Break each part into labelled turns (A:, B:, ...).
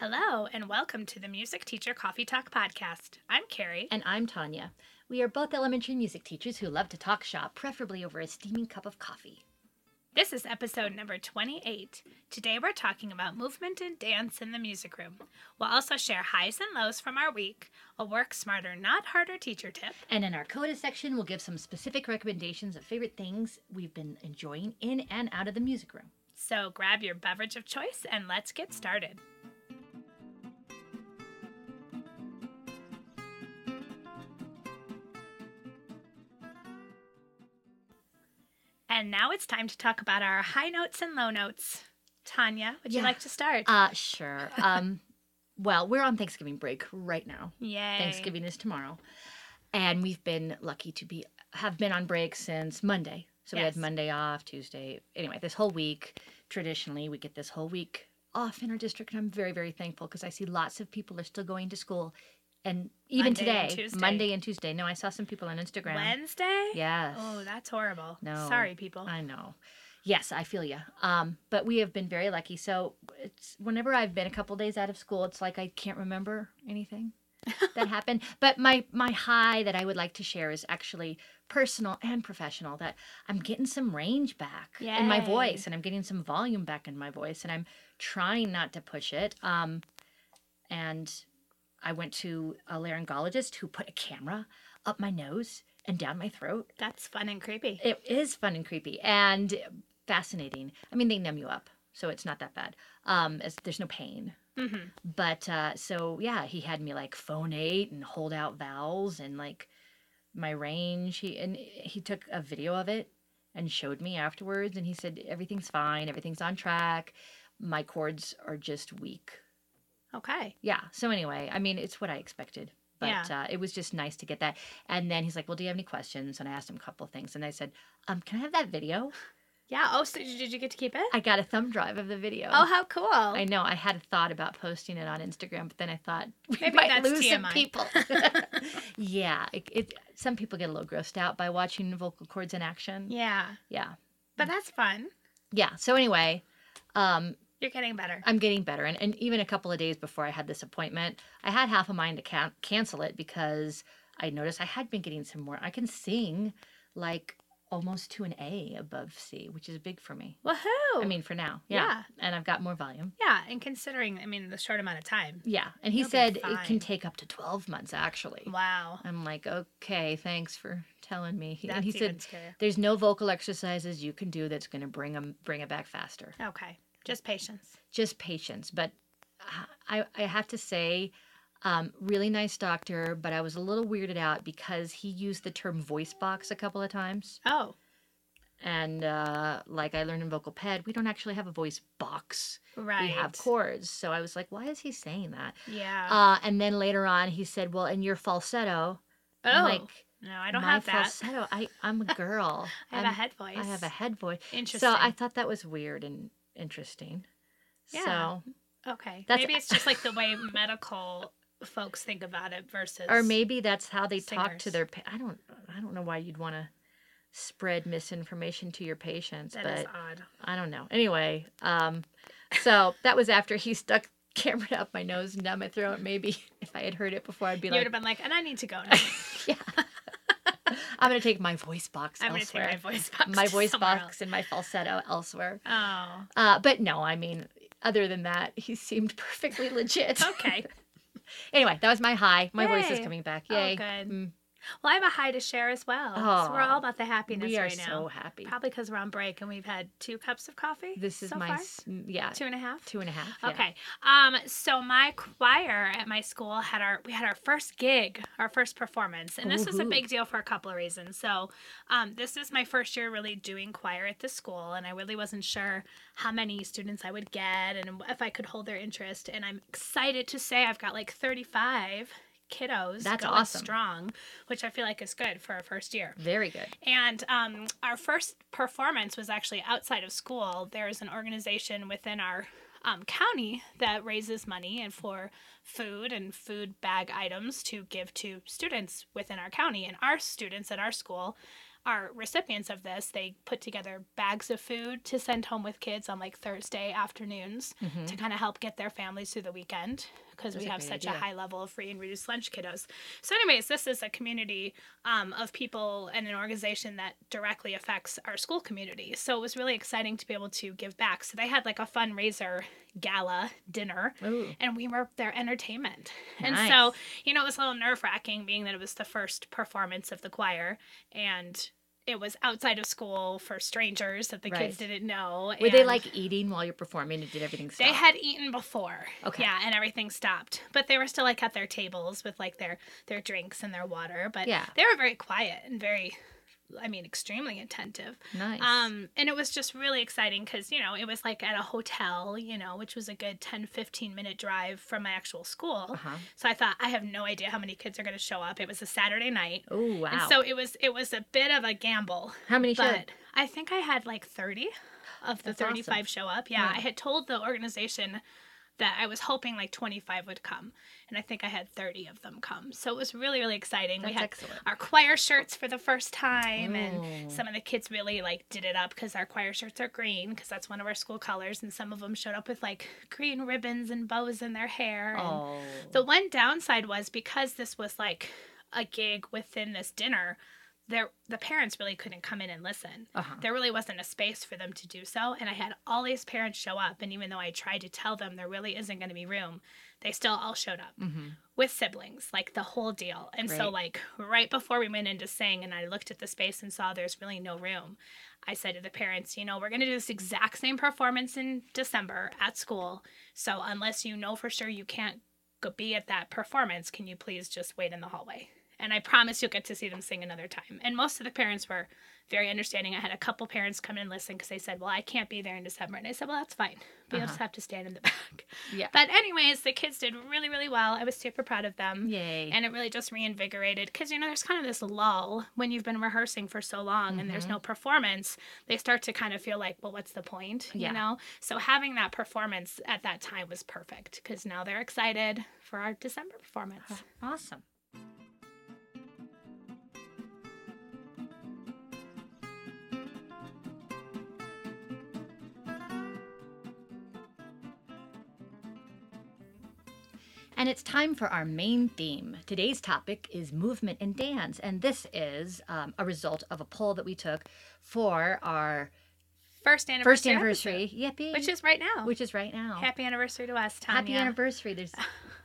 A: Hello, and welcome to the Music Teacher Coffee Talk Podcast. I'm Carrie.
B: And I'm Tanya. We are both elementary music teachers who love to talk shop, preferably over a steaming cup of coffee.
A: This is episode number 28. Today we're talking about movement and dance in the music room. We'll also share highs and lows from our week, a work smarter, not harder teacher tip,
B: And in our coda section, we'll give some specific recommendations of favorite things we've been enjoying in and out of the music room.
A: So grab your beverage of choice and let's get started. And now it's time to talk about our high notes and low notes. Tanya, would you
B: Yeah.
A: like to start?
B: Uh, sure. Um, well, we're on Thanksgiving break right now.
A: Yay.
B: Thanksgiving is tomorrow. And we've been lucky to be have been on break since Monday. So we
A: Yes.
B: had Monday off, Tuesday. Anyway, this whole week, traditionally, we get this whole week off in our district. And I'm very, very thankful because I see lots of people are still going to school. And even
A: Monday
B: today,
A: and Tuesday.
B: Monday and Tuesday. No, I saw some people on Instagram.
A: Wednesday?
B: Yes.
A: Oh, that's horrible.
B: No.
A: Sorry, people.
B: I know. Yes, I feel you. Um, but we have been very lucky. So it's whenever I've been a couple days out of school, it's like I can't remember anything that happened. But my my high that I would like to share is actually personal and professional. That I'm getting some range back in my
A: Yay.
B: voice, and I'm getting some volume back in my voice, and I'm trying not to push it. Um, and I went to a laryngologist who put a camera up my nose and down my throat
A: That's fun and creepy.
B: it is fun and creepy and fascinating. I mean, they numb you up, so it's not that bad. Um, it's, there's no pain.
A: Mhm.
B: But uh, so yeah, he had me like phonate and hold out vowels and like my range. He and he took a video of it and showed me afterwards, and he said everything's fine, everything's on track. My chords are just weak.
A: Okay.
B: Yeah. So anyway, I mean, it's what I expected, but
A: Yeah.
B: uh, it was just nice to get that. And then he's like, "Well, do you have any questions?" And I asked him a couple of things, and I said, "Um, can I have that video?
A: Yeah. Oh, so did you get to keep it?
B: I got a thumb drive of the video."
A: Oh, how cool.
B: I know. I had a thought about posting it on Instagram, but then I thought we
A: Maybe
B: might
A: that's
B: lose some
A: TMI.
B: people. yeah, it, it. Some people get a little grossed out by watching vocal cords in action.
A: yeah.
B: Yeah,
A: But that's fun.
B: yeah. So anyway, um,
A: You're getting better.
B: I'm getting better. And, and even a couple of days before I had this appointment, I had half a mind to can- cancel it because I noticed I had been getting some more. I can sing like almost to an A above C, which is big for me.
A: Woohoo.
B: I mean, for now.
A: Oh. Yeah.
B: And I've got more volume.
A: yeah. And considering, I mean, the short amount of time.
B: Yeah. And he
A: You'll be
B: said it
A: fine.
B: can take up to 12 months, actually.
A: Wow.
B: I'm like, okay, thanks for telling me. He-
A: That's
B: and he
A: even
B: said,
A: scarier.
B: there's no vocal exercises you can do that's going to bring 'em bring it back faster.
A: Okay. Just patience.
B: just patience. But uh, I, I have to say, um, really nice doctor, but I was a little weirded out because he used the term voice box a couple of times.
A: Oh,
B: And uh, like I learned in vocal ped, we don't actually have a voice box.
A: right.
B: We have chords. So I was like, why is he saying that?
A: Yeah.
B: Uh, and then later on, he said, well, in your falsetto,
A: oh,
B: I'm like,
A: no, I don't
B: my
A: have that.
B: falsetto, I, I'm a girl.
A: I have a
B: I'm-
A: head voice.
B: I have a head voice.
A: Interesting.
B: So I thought that was weird and interesting.
A: Yeah.
B: So
A: okay.
B: that's-
A: Maybe it's just like the way medical folks think about it versus.
B: or maybe that's how they talk to
A: singers.
B: their pa- i don't i don't know why you'd want to spread misinformation to your patients
A: That
B: but
A: is odd.
B: i don't know anyway um so that was after he stuck camera up my nose and down my throat maybe if i had heard it before i'd be
A: You would
B: like
A: have been like, and I need to go now.
B: i'm gonna take my voice box
A: I'm going to take
B: elsewhere
A: my voice box.
B: my voice
A: somewhere
B: box and my falsetto elsewhere
A: else.
B: uh but no i mean other than that he seemed perfectly legit
A: Oh, okay.
B: anyway that was my high my voice is
A: Yay.
B: coming back
A: Oh,
B: yay
A: good.
B: Mm,
A: Well, I have a high to share as well. so we're
B: Aw,
A: all about the happiness
B: we are
A: right
B: so
A: now.
B: happy
A: Probably because we're on break and we've had two cups of coffee.
B: this is
A: so
B: my
A: far.
B: s- mm, yeah
A: two and a half.
B: Two and a half. yeah.
A: Okay. Um. So my choir at my school had our we had our first gig, our first performance, and this was a
B: Woohoo.
A: big deal for a couple of reasons. So, um, this is my first year really doing choir at the school, and I really wasn't sure how many students I would get and if I could hold their interest. And I'm excited to say I've got like 35 kiddos.
B: That's
A: going
B: awesome.
A: Strong, which I feel like is good for a first year.
B: Very good.
A: And um, our first performance was actually outside of school. There's an organization within our um, county that raises money and for food and food bag items to give to students within our county. And our students at our school are recipients of this, they put together bags of food to send home with kids on like Thursday afternoons
B: Mm-hmm.
A: to kind of help get their families through the weekend because we
B: That's a
A: have
B: great
A: such a
B: idea.
A: high level of free and reduced lunch kiddos. So, anyways, this is a community um, of people and an organization that directly affects our school community. So it was really exciting to be able to give back. So they had like a fundraiser gala dinner
B: Ooh.
A: and we were their entertainment. And
B: Nice.
A: so, you know, it was a little nerve wracking being that it was the first performance of the choir and it was outside of school for strangers that the kids
B: Right.
A: didn't know.
B: Were they
A: and
B: like eating while you're performing? and Did everything stop?
A: they had eaten before.
B: Okay.
A: Yeah, and everything stopped. But they were still like at their tables with like their their drinks and their water. But
B: Yeah.
A: they were very quiet and very I mean extremely attentive.
B: nice.
A: Um, and it was just really exciting because, you know, it was like at a hotel, you know, which was a good 10, 15 minute drive from my actual school.
B: Uh-huh.
A: So I thought, I have no idea how many kids are going to show up. It was a Saturday night.
B: Oh wow.
A: And so it was, it was a bit of a gamble,
B: How many shows?
A: but I think I had like 30 of the
B: That's
A: 35
B: awesome.
A: show up. Yeah.
B: Wow.
A: I had told the organization that I was hoping like 25 would come. And I think I had 30 of them come. So it was really, really exciting.
B: That's
A: we had
B: excellent. Oh.
A: our choir shirts for the first time
B: Ooh.
A: and some of the kids really like did it up because our choir shirts are green because that's one of our school colors and some of them showed up with like green ribbons and bows in their hair and
B: Oh.
A: the one downside was because this was like a gig within this dinner there the parents really couldn't come in and listen
B: uh-huh.
A: there really wasn't a space for them to do so and i had all these parents show up and even though i tried to tell them there really isn't going to be room they still all showed up
B: Mhm.
A: with siblings, like the whole deal. And so, like, right before we went into sing and I looked at the space and saw there's really no room, I said to the parents, you know, we're going to do this exact same performance in December at school. So, unless you know for sure you can't go be at that performance, can you please just wait in the hallway? And I promise you'll get to see them sing another time. And most of the parents were very understanding. I had a couple parents come in and listen because they said, Well, I can't be there in December. And I said, Well, that's fine. But You'll
B: Uh-huh.
A: just have to stand in the back.
B: Yeah.
A: But anyways, the kids did really, really well. I was super proud of them.
B: Yay.
A: And it really just reinvigorated because, you know, there's kind of this lull when you've been rehearsing for so long and there's
B: Mhm.
A: no performance. They start to kind of feel like, well, what's the point?
B: Yeah.
A: You know? So having that performance at that time was perfect because now they're excited for our December performance.
B: Uh-huh. awesome. And it's time for our main theme. Today's topic is movement and dance, and this is um, a result of a poll that we took for our
A: First anniversary.
B: first anniversary. Yippee!
A: episode, which is right now.
B: which is right now.
A: Happy anniversary to us, Tanya.
B: Happy anniversary! There's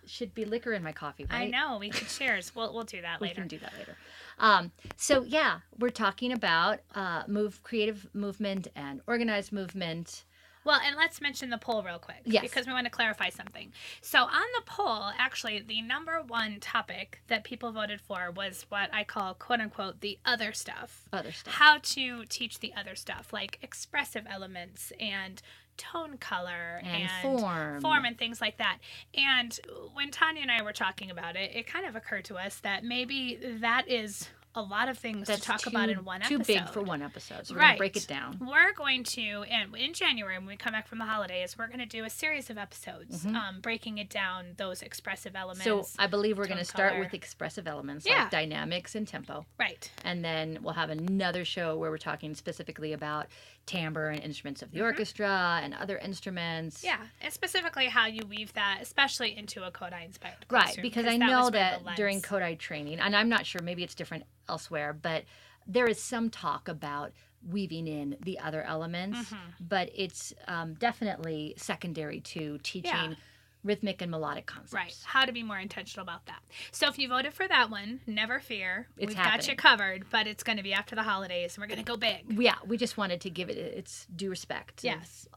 B: should be liquor in my coffee. Right?
A: I know. We could cheers. We'll, we'll do that
B: we
A: later.
B: can do that later. Um, so yeah, we're talking about uh, move creative movement and organized movement.
A: Well, and let's mention the poll real quick.
B: Yes.
A: Because we want to clarify something. So, on the poll, actually, the number one topic that people voted for was what I call quote unquote the other stuff.
B: Other stuff.
A: How to teach the other stuff, like expressive elements and tone color
B: And form.
A: form and things like that. And when Tanya and I were talking about it, it kind of occurred to us that maybe that is a lot of things
B: That's
A: to talk
B: too,
A: about in one
B: too
A: episode.
B: big for one episode. So we're gonna break
A: Right.
B: it down.
A: We're going to, and in January when we come back from the holidays, we're going to do a series of episodes,
B: Mhm.
A: um, breaking it down those expressive elements.
B: So uh, I believe we're
A: tone
B: gonna start
A: color.
B: with expressive elements
A: Yeah.
B: like dynamics and tempo,
A: right,
B: and then we'll have another show where we're talking specifically about timbre and instruments of the orchestra and other instruments.
A: Mm-hmm. yeah, and specifically how you weave that, especially into a Kodai inspired
B: Right,
A: classroom,
B: because I
A: was
B: know
A: really
B: that
A: the lens.
B: during Kodai training, and I'm not sure, maybe it's different elsewhere, but there is some talk about weaving in the other elements,
A: Mhm.
B: but it's um, definitely secondary to teaching rhythmic and melodic concepts.
A: Right, how to be more intentional about that. So if you voted for that one, never fear,
B: It's
A: we've got you
B: happening.
A: covered. But it's going to be after the holidays, and we're going to go big.
B: Yeah, we just wanted to give it its due respect. to-
A: Yes.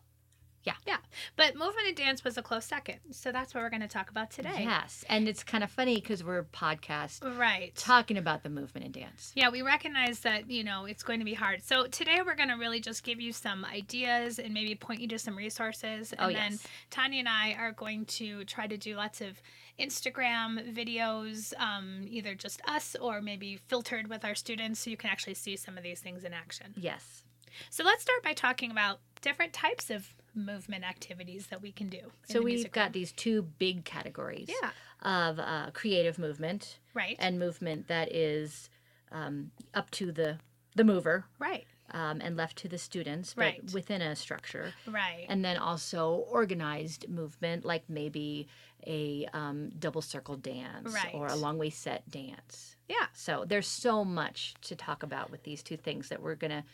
B: Yeah.
A: Yeah. But movement and dance was a close second. So that's what we're going to talk about today.
B: Yes. And it's kind of funny because we're a podcast
A: Right.
B: talking about the movement and dance.
A: Yeah, we recognize that, you know, it's going to be hard. So today we're going to really just give you some ideas and maybe point you to some resources. And
B: Oh,
A: then
B: yes.
A: Tanya and I are going to try to do lots of Instagram videos, um, either just us or maybe filtered with our students so you can actually see some of these things in action.
B: Yes.
A: So let's start by talking about different types of movement activities that we can do. in
B: So
A: the
B: we've
A: music
B: got
A: room.
B: these two big categories
A: Yeah,
B: of uh, creative movement.
A: right.
B: and movement that is um, up to the the mover
A: Right.
B: um, and left to the students, but
A: Right.
B: within a structure.
A: Right.
B: And then also organized movement, like maybe a um, double circle dance or
A: Right.
B: a long way set dance.
A: yeah.
B: So there's so much to talk about with these two things that we're going to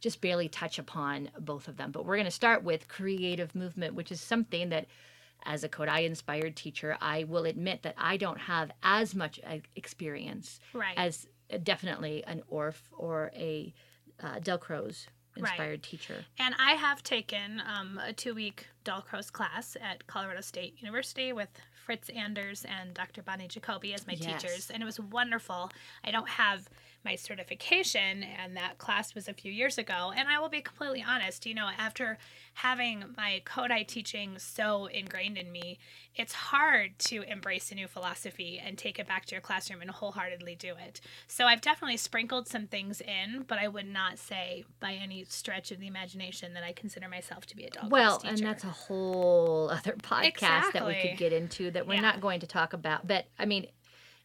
B: just barely touch upon both of them. But we're going to start with creative movement, which is something that as a Kodai inspired teacher, I will admit that I don't have as much uh, experience
A: Right.
B: as definitely an Orf or a uh, Del Crow's
A: Right.
B: inspired teacher.
A: And I have taken um, a two week Dalcroze class at Colorado State University with Fritz Anders and Dr. Bonnie Jacoby as my
B: Yes.
A: teachers. And it was wonderful. I don't have my certification, and that class was a few years ago. And I will be completely honest, you know, after having my Kodai teaching so ingrained in me, it's hard to embrace a new philosophy and take it back to your classroom and wholeheartedly do it. So I've definitely sprinkled some things in, but I would not say by any stretch of the imagination that I consider myself to be a dog.
B: Well,
A: class
B: and
A: teacher.
B: that's a whole other podcast that we
A: Exactly.
B: could get into that we're
A: Yeah.
B: not going to talk about. But I mean,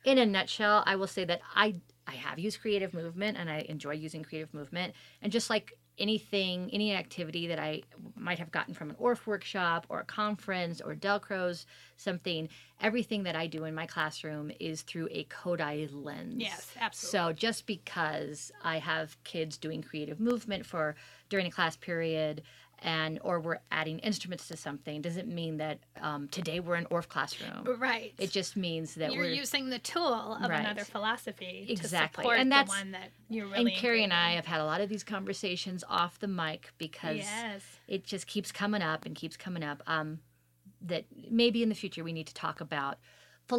B: in a nutshell, I will say that I I have used creative movement and I enjoy using creative movement. And just like anything, any activity that I might have gotten from an ORF workshop or a conference or Delcro's something, everything that I do in my classroom is through a Kodai lens.
A: Yes, absolutely.
B: So just because I have kids doing creative movement for during a class period and or we're adding instruments to something doesn't mean that um, today we're in ORF classroom.
A: right.
B: It just means that
A: you're
B: we're
A: using the tool of
B: Right.
A: another philosophy
B: Exactly.
A: to support
B: And that's-
A: the one that you're really
B: and Carrie and I
A: ingrained
B: have had a lot of these conversations off the mic
A: in.
B: because
A: yes
B: it just keeps coming up and keeps coming up. Um, that maybe in the future we need to talk about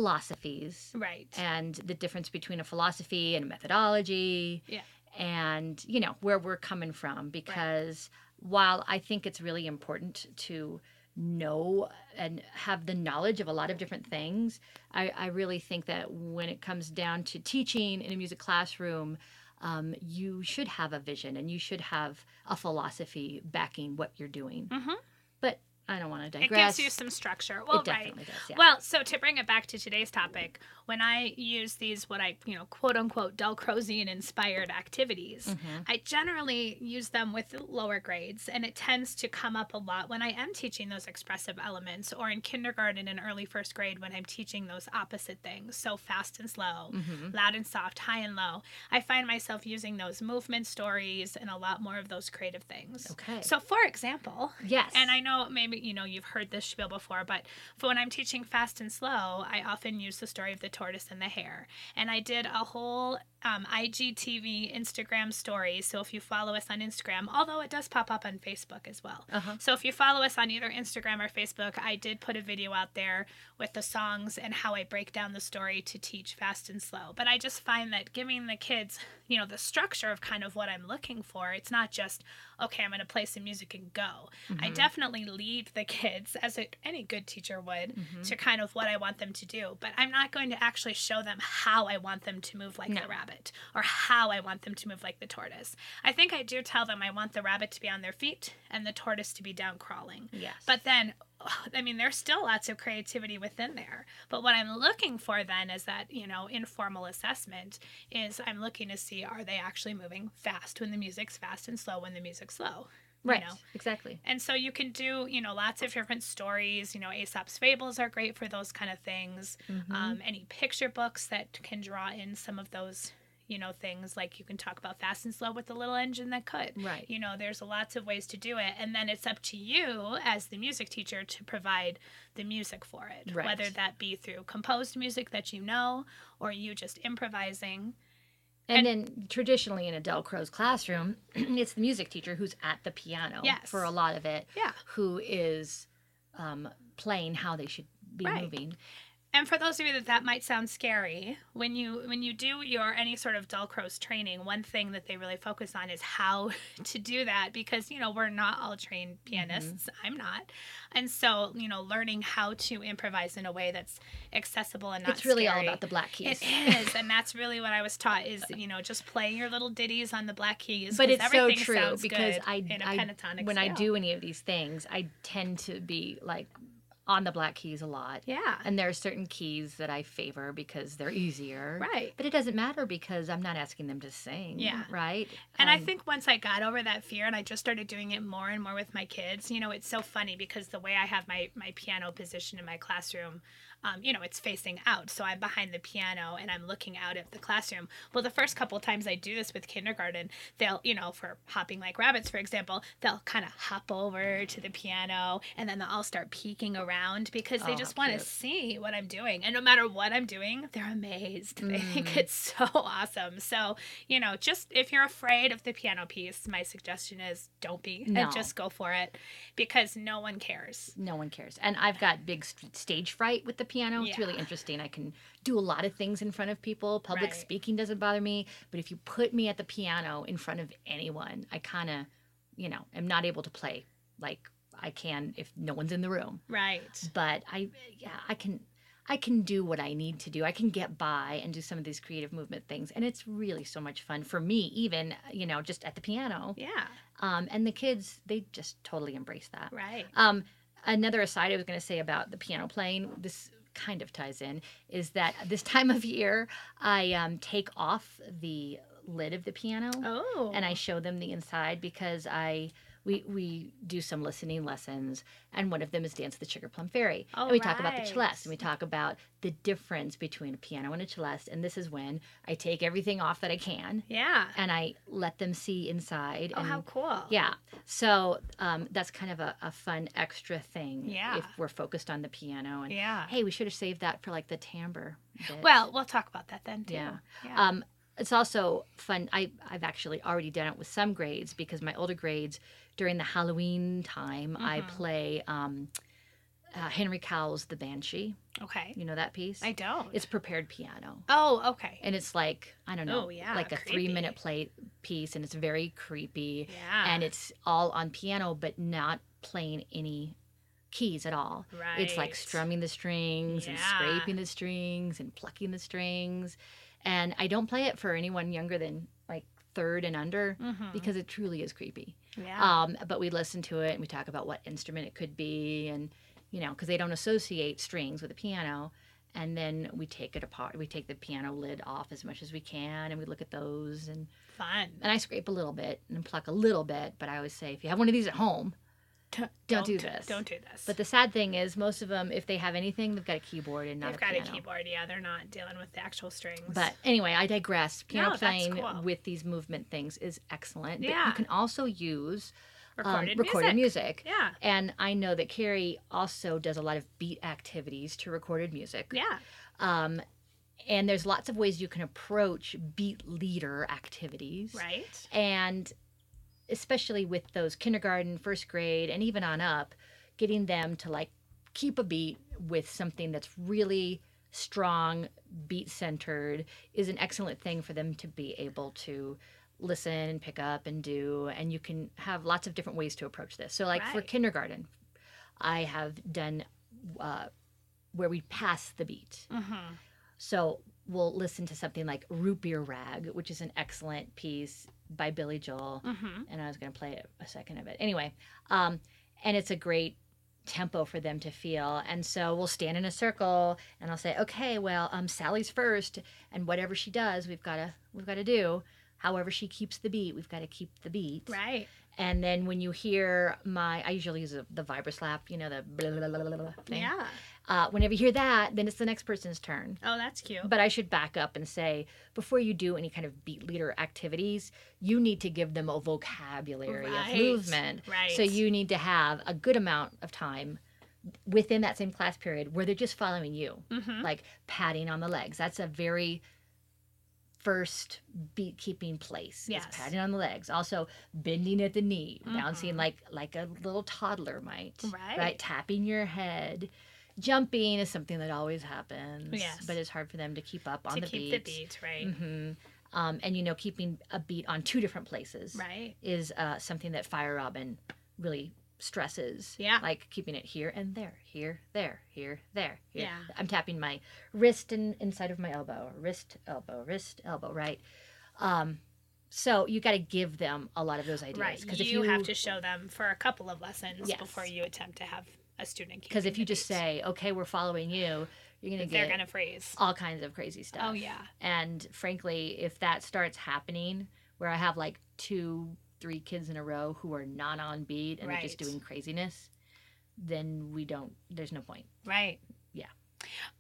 B: philosophies
A: right
B: and the difference between a philosophy and a methodology
A: Yeah.
B: and you know where we're coming from because while i think it's really important to know and have the knowledge of a lot of different things i, I really think that when it comes down to teaching in a music classroom um, you should have a vision and you should have a philosophy backing what you're doing
A: Mhm.
B: but i don't want to
A: it
B: digress
A: gives you some structure well
B: it
A: right
B: definitely does yeah
A: Well, so to bring it back to today's topic, when I use these what I, you know, quote unquote Dalcrozian inspired activities,
B: Mhm.
A: I generally use them with lower grades and it tends to come up a lot when I am teaching those expressive elements or in kindergarten and early first grade when I'm teaching those opposite things, so fast and slow,
B: Mhm.
A: loud and soft, high and low. I find myself using those movement stories and a lot more of those creative things.
B: okay
A: So for example,
B: yes
A: and I know maybe you know you've heard this spiel before, but for when I'm teaching fast and slow, I often use the story of the tortoise and the hare. And I did a whole um, IGTV Instagram story. So if you follow us on Instagram, although it does pop up on Facebook as well.
B: uh-huh.
A: So if you follow us on either Instagram or Facebook, I did put a video out there with the songs and how I break down the story to teach fast and slow. But I just find that giving the kids, you know, the structure of kind of what I'm looking for, it's not just, okay, I'm going to play some music and go. I
B: Mhm.
A: definitely lead the kids, as a, any good teacher would,
B: Mm-hmm.
A: to kind of what I want them to do. But I'm not going to actually show them how I want them to move like
B: No.
A: the rabbit or how I want them to move like the tortoise. I think I do tell them I want the rabbit to be on their feet and the tortoise to be down crawling.
B: yes
A: But then, I mean, there's still lots of creativity within there. But what I'm looking for then is that, you know, informal assessment is I'm looking to see are they actually moving fast when the music's fast and slow when the music's slow. you
B: right
A: know.
B: exactly
A: And so you can do, you know, lots of different stories. You know, Aesop's fables are great for those kind of things.
B: Mhm.
A: Um, any picture books that can draw in some of those, you know, things like you can talk about fast and slow with the little engine that could.
B: Mm-hmm. Right.
A: You know, there's lots of ways to do it. And then it's up to you as the music teacher to provide the music for it,
B: Right.
A: whether that be through composed music that you know or you just improvising.
B: and, then traditionally in Adele Crow's classroom, it's the music teacher who's at the piano
A: Yes.
B: for a lot of it,
A: Yeah.
B: who is um, playing how they should be
A: Right.
B: moving.
A: And for those of you that that might sound scary, when you when you do your any sort of Dalcroze training, one thing that they really focus on is how to do that because you know we're not all trained
B: Mm-hmm.
A: pianists. I'm not, and so you know learning how to improvise in a way that's accessible and not
B: It's really all
A: scary.
B: about the black keys.
A: It is, and that's really what I was taught is you know just play your little ditties on the black keys.
B: But
A: 'cause
B: it's so
A: everything
B: true
A: sounds
B: because
A: good
B: I,
A: in a
B: I-
A: pentatonic
B: when I
A: scale.
B: do any of these things, I tend to be like on the black keys a lot.
A: Yeah.
B: And there are certain keys that I favor because they're easier.
A: Right.
B: But it doesn't matter because I'm not asking them to sing.
A: Yeah.
B: Right.
A: And I
B: Um,
A: think once I got over that fear and I just started doing it more and more with my kids, you know, it's so funny because the way I have my, my piano position in my classroom, um, you know, it's facing out. So I'm behind the piano and I'm looking out at the classroom. Well, the first couple times I do this with kindergarten, they'll, you know, for hopping like rabbits, for example, they'll kind of hop over to the piano and then they'll all start peeking around because they
B: Oh,
A: just
B: how
A: want to
B: cute.
A: see what I'm doing. And no matter what I'm doing, they're amazed. They
B: Mm.
A: think it's so awesome. So, you know, just if you're afraid of the piano piece, my suggestion is don't be
B: No.
A: and just go for it because no one cares.
B: no one cares. And I've got big st- stage fright with the piano. It's
A: Yeah.
B: really interesting. I can do a lot of things in front of people. Public
A: Right.
B: speaking doesn't bother me, but if you put me at the piano in front of anyone, I kind of, you know, am not able to play like I can if no one's in the room.
A: Right.
B: But I yeah, I can I can do what I need to do. I can get by and do some of these creative movement things. And it's really so much fun for me even, you know, just at the piano.
A: Yeah.
B: Um and the kids, they just totally embrace that.
A: Right.
B: Um, another aside I was going to say about the piano playing, this kind of ties in, is that this time of year I um, take off the lid of the piano
A: Oh.
B: and I show them the inside because I. We, we do some listening lessons, and one of them is Dance of the Sugar Plum Fairy.
A: Oh,
B: and we talk about the
A: right.
B: celeste, and we talk about the difference between a piano and a celeste. And this is when I take everything off that I can,
A: yeah.
B: and I let them see inside.
A: Oh,
B: and
A: how cool.
B: yeah. So um, that's kind of a, a fun extra thing.
A: Yeah.
B: If we're focused on the piano and
A: Yeah.
B: hey, we should have saved that for like the timbre. bit.
A: Well, we'll talk about that then too.
B: Yeah.
A: Yeah.
B: Um, it's also fun. I, I've actually already done it with some grades because my older grades during the Halloween time, I
A: Mhm.
B: play um, uh, Henry Cowell's The Banshee.
A: okay.
B: You know that piece?
A: I don't.
B: It's prepared piano.
A: oh, okay.
B: And it's like, I don't know,
A: Oh, yeah,
B: like a
A: creepy.
B: three minute play piece, and it's very creepy
A: Yeah.
B: and it's all on piano but not playing any keys at all.
A: right.
B: It's like strumming the strings and
A: Yeah.
B: scraping the strings and plucking the strings. And I don't play it for anyone younger than like third and under
A: Mhm.
B: because it truly is creepy.
A: yeah.
B: Um, but we listen to it and we talk about what instrument it could be and you know because they don't associate strings with a piano. And then we take it apart. We take the piano lid off as much as we can, and we look at those and
A: Fun.
B: and I scrape a little bit and pluck a little bit, but I always say if you have one of these at home,
A: Don't,
B: don't do this.
A: Don't do this.
B: but the sad thing is most of them, if they have anything, they've got a keyboard and not
A: They've
B: a
A: got
B: piano.
A: a keyboard. Yeah, they're not dealing with the actual strings.
B: But anyway, I digress. Piano
A: No, that's
B: playing
A: cool.
B: with these movement things is excellent. But
A: Yeah.
B: you can also use um,
A: recorded,
B: recorded
A: music.
B: music.
A: Yeah.
B: And I know that Carrie also does a lot of beat activities to recorded music.
A: Yeah.
B: Um, and there's lots of ways you can approach beat leader activities.
A: Right.
B: and especially with those kindergarten first grade and even on up getting them to like keep a beat with something that's really strong beat centered is an excellent thing for them to be able to listen and pick up and do and you can have lots of different ways to approach this so like for
A: Right.
B: kindergarten i have done uh, where we pass the beat
A: Mm-hmm.
B: so we'll listen to something like Root Beer Rag, which is an excellent piece by Billy Joel.
A: Mm-hmm.
B: And I was going to play a second of it. Anyway, um, and it's a great tempo for them to feel. And so we'll stand in a circle and I'll say, okay, well, um, Sally's first. And whatever she does, we've got to, we've got to do. However she keeps the beat, we've got to keep the beat.
A: Right.
B: And then when you hear my, I usually use a, the vibra slap, you know, the blah, blah, blah, blah, blah thing.
A: Yeah.
B: Uh, whenever you hear that, then it's the next person's turn.
A: Oh, that's cute.
B: But I should back up and say before you do any kind of beat leader activities, you need to give them a vocabulary
A: Right.
B: of movement.
A: Right.
B: So you need to have a good amount of time within that same class period where they're just following you,
A: Mm-hmm.
B: like patting on the legs. That's a very first beat keeping place. is
A: Yes.
B: patting on the legs. Also bending at the knee, bouncing
A: Mhm.
B: like like a little toddler might
A: Right.
B: right tapping your head jumping is something that always happens
A: Yes.
B: but it's hard for them to keep up on
A: to
B: the
A: keep
B: beats.
A: the beat. Right.
B: hmm um, and you know keeping a beat on two different places
A: Right.
B: is uh, something that fire robin really stresses
A: Yeah.
B: like keeping it here and there here there here there here.
A: Yeah.
B: i'm tapping my wrist and inside of my elbow wrist elbow wrist elbow right um, so you got to give them a lot of those ideas
A: Right. You,
B: if
A: have to show them for a couple of lessons
B: Yes.
A: before you attempt to have a student can
B: Because if you just
A: contribute.
B: say, okay, we're following you, you're going to
A: they're
B: get
A: gonna freeze.
B: all kinds of crazy stuff.
A: Oh yeah.
B: And frankly, if that starts happening where I have like two, three kids in a row who are not on beat and they are just
A: Right.
B: doing craziness, then we don't, there's no point.
A: Right.
B: Yeah.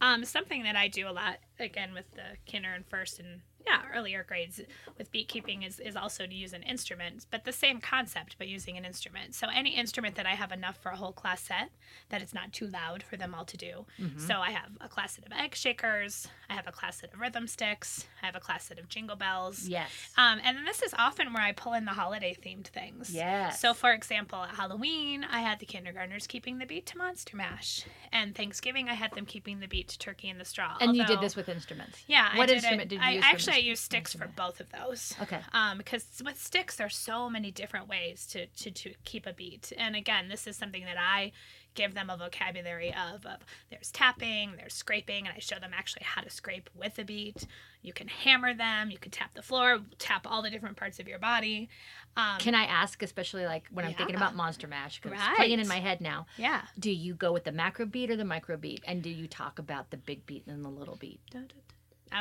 A: Um, something that I do a lot again with the kinder and first and yeah earlier grades with beatkeeping is is also to use an instrument, but the same concept, but using an instrument. So any instrument that I have enough for a whole class set that it's not too loud for them all to do.
B: Mm-hmm.
A: So I have a class set of egg shakers, I have a class set of rhythm sticks, I have a class set of jingle bells.
B: yes.
A: Um, and then this is often where I pull in the holiday themed things.
B: yes.
A: So, for example, at Halloween, I had the kindergartners keeping the beat to Monster Mash, and Thanksgiving, I had them keeping the beat to Turkey in the Straw.
B: and you did
A: although-
B: this with instruments.
A: Yeah. I
B: what
A: did
B: instrument
A: it,
B: did you
A: I,
B: use for
A: Actually, I
B: this
A: used sticks for
B: instrument?
A: both of those.
B: Okay.
A: Um, because with sticks, there's so many different ways to, to to keep a beat. And again, this is something that I give them a vocabulary of. Of there's tapping, there's scraping, and I show them actually how to scrape with a beat. You can hammer them. You can tap the floor, tap all the different parts of your body. Um,
B: Can I ask, especially like when I'm thinking
A: Yeah.
B: about Monster Mash, because it's playing in
A: Right.
B: my head now,
A: yeah.
B: do you go with the macro beat or the micro beat? And do you talk about the big beat and the little beat?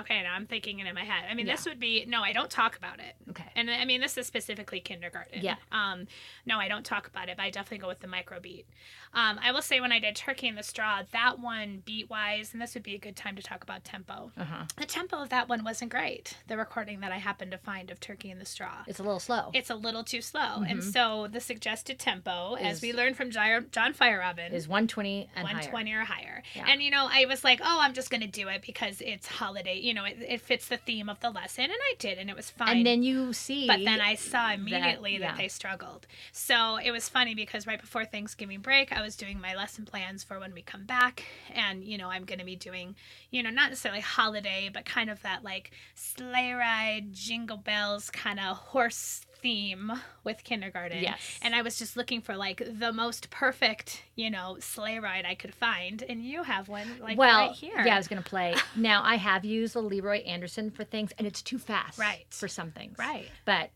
A: Okay, now I'm thinking it in my head. I mean,
B: Yeah.
A: this would be no, I don't talk about it.
B: Okay.
A: And I mean, this is specifically kindergarten.
B: Yeah.
A: Um, no, I don't talk about it, but I definitely go with the microbeat. Um, I will say when I did Turkey in the Straw, that one beat wise, and this would be a good time to talk about tempo.
B: Uh-huh.
A: The tempo of that one wasn't great. The recording that I happened to find of Turkey in the Straw.
B: It's a little slow.
A: It's a little too slow. And
B: Mhm.
A: so the suggested tempo, as
B: Is-
A: we learned from Gyr- John Fireoven,
B: is 120 and higher.
A: 120 or higher.
B: Yeah.
A: And you know, I was like, oh, I'm just gonna do it because it's holiday. You know, it, it fits the theme of the lesson, and I did, and it was fine.
B: And then you see.
A: but then I saw immediately that,
B: yeah.
A: they struggled. So it was funny because right before Thanksgiving break, I was doing my lesson plans for when we come back. And, you know, I'm going to be doing, you know, not necessarily holiday, but kind of that like sleigh ride, jingle bells kind of horse theme with kindergarten.
B: Yes.
A: And I was just looking for like the most perfect, you know, sleigh ride I could find, and you have one like
B: well,
A: right here.
B: yeah, I was gonna play. Now I have used the Leroy Anderson for things, and it's too fast,
A: Right.
B: for some things,
A: right.
B: But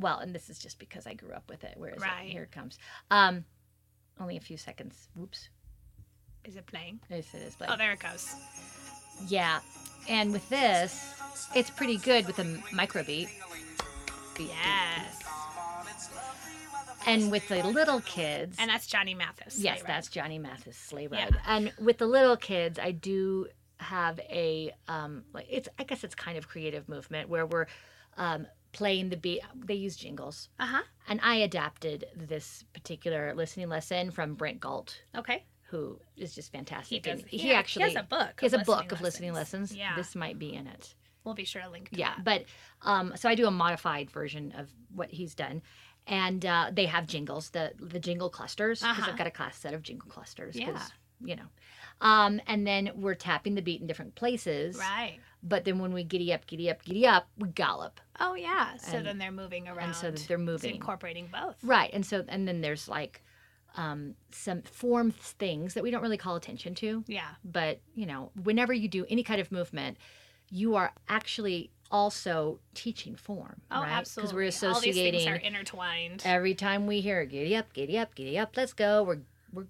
B: well, and this is just because I grew up with it. Where is
A: Right.
B: it? Here it comes. Um, only a few seconds. Whoops.
A: Is it playing?
B: Yes, it is. But
A: Oh, there it goes.
B: yeah, and with this, it's pretty good with a m- micro beat. Beat, beat,
A: Yes.
B: beat. And with the little kids,
A: And that's Johnny Mathis.
B: Yes,
A: Sleigh Ride.
B: that's Johnny Mathis sleigh
A: Yeah.
B: ride. And with the little kids, I do have a um like it's I guess it's kind of creative movement where we're um playing the beat they use jingles.
A: Uh huh.
B: And I adapted this particular listening lesson from Brent Galt,
A: Okay.
B: who is just fantastic.
A: He does.
B: And he, actually
A: has a book.
B: he has
A: of
B: a book of listening lessons.
A: Yeah,
B: This might be in it.
A: we'll be sure to link. To
B: Yeah,
A: that.
B: but um, so I do a modified version of what he's done, and uh, they have jingles, the the jingle clusters, because
A: Uh-huh.
B: I've got a class set of jingle clusters. 'cause,
A: Yeah.
B: you know, um, and then we're tapping the beat in different places.
A: right.
B: But then when we giddy up, giddy up, giddy up, we gallop,
A: Oh yeah. So
B: And-
A: then they're moving around.
B: and so that they're
A: It's
B: moving.
A: incorporating both.
B: Right, and so and then there's like um, some form things that we don't really call attention to.
A: Yeah.
B: but you know whenever you do any kind of movement you are actually also teaching form
A: Oh,
B: right
A: absolutely.
B: because we're
A: All these things
B: associating
A: are intertwined.
B: every time we hear giddy up giddy up giddy up let's go we're we're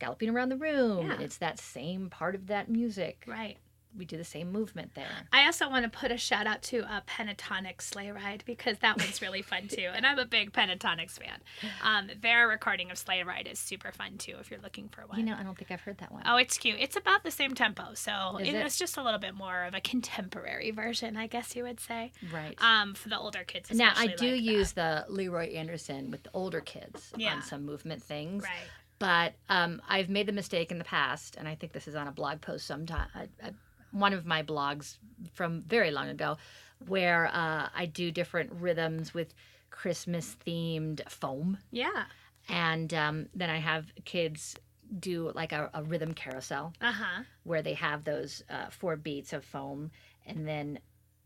B: galloping around the room and
A: Yeah.
B: it's that same part of that music
A: Right.
B: we do the same movement there
A: I also want to put a shout out to a Pentatonic sleigh ride because that one's really fun too, and I'm a big Pentatonics fan. Um, their recording of sleigh ride is super fun too if you're looking for one.
B: you know i don't think i've heard that one.
A: Oh, it's cute. It's about the same tempo, so
B: Is
A: it-
B: it?
A: it's just a little bit more of a contemporary version, I guess you would say.
B: right
A: Um, for the older kids.
B: now i
A: especially
B: do
A: like uh, that.
B: use the leroy anderson with the older kids
A: Yeah.
B: on some movement things
A: Right.
B: but um, I've made the mistake in the past, and I think this is on a blog post sometime, I, I, one of my blogs from very long ago, where uh, I do different rhythms with Christmas themed foam,
A: Yeah.
B: and um, then I have kids do like a, a rhythm carousel
A: Uh huh.
B: where they have those uh, four beats of foam, and then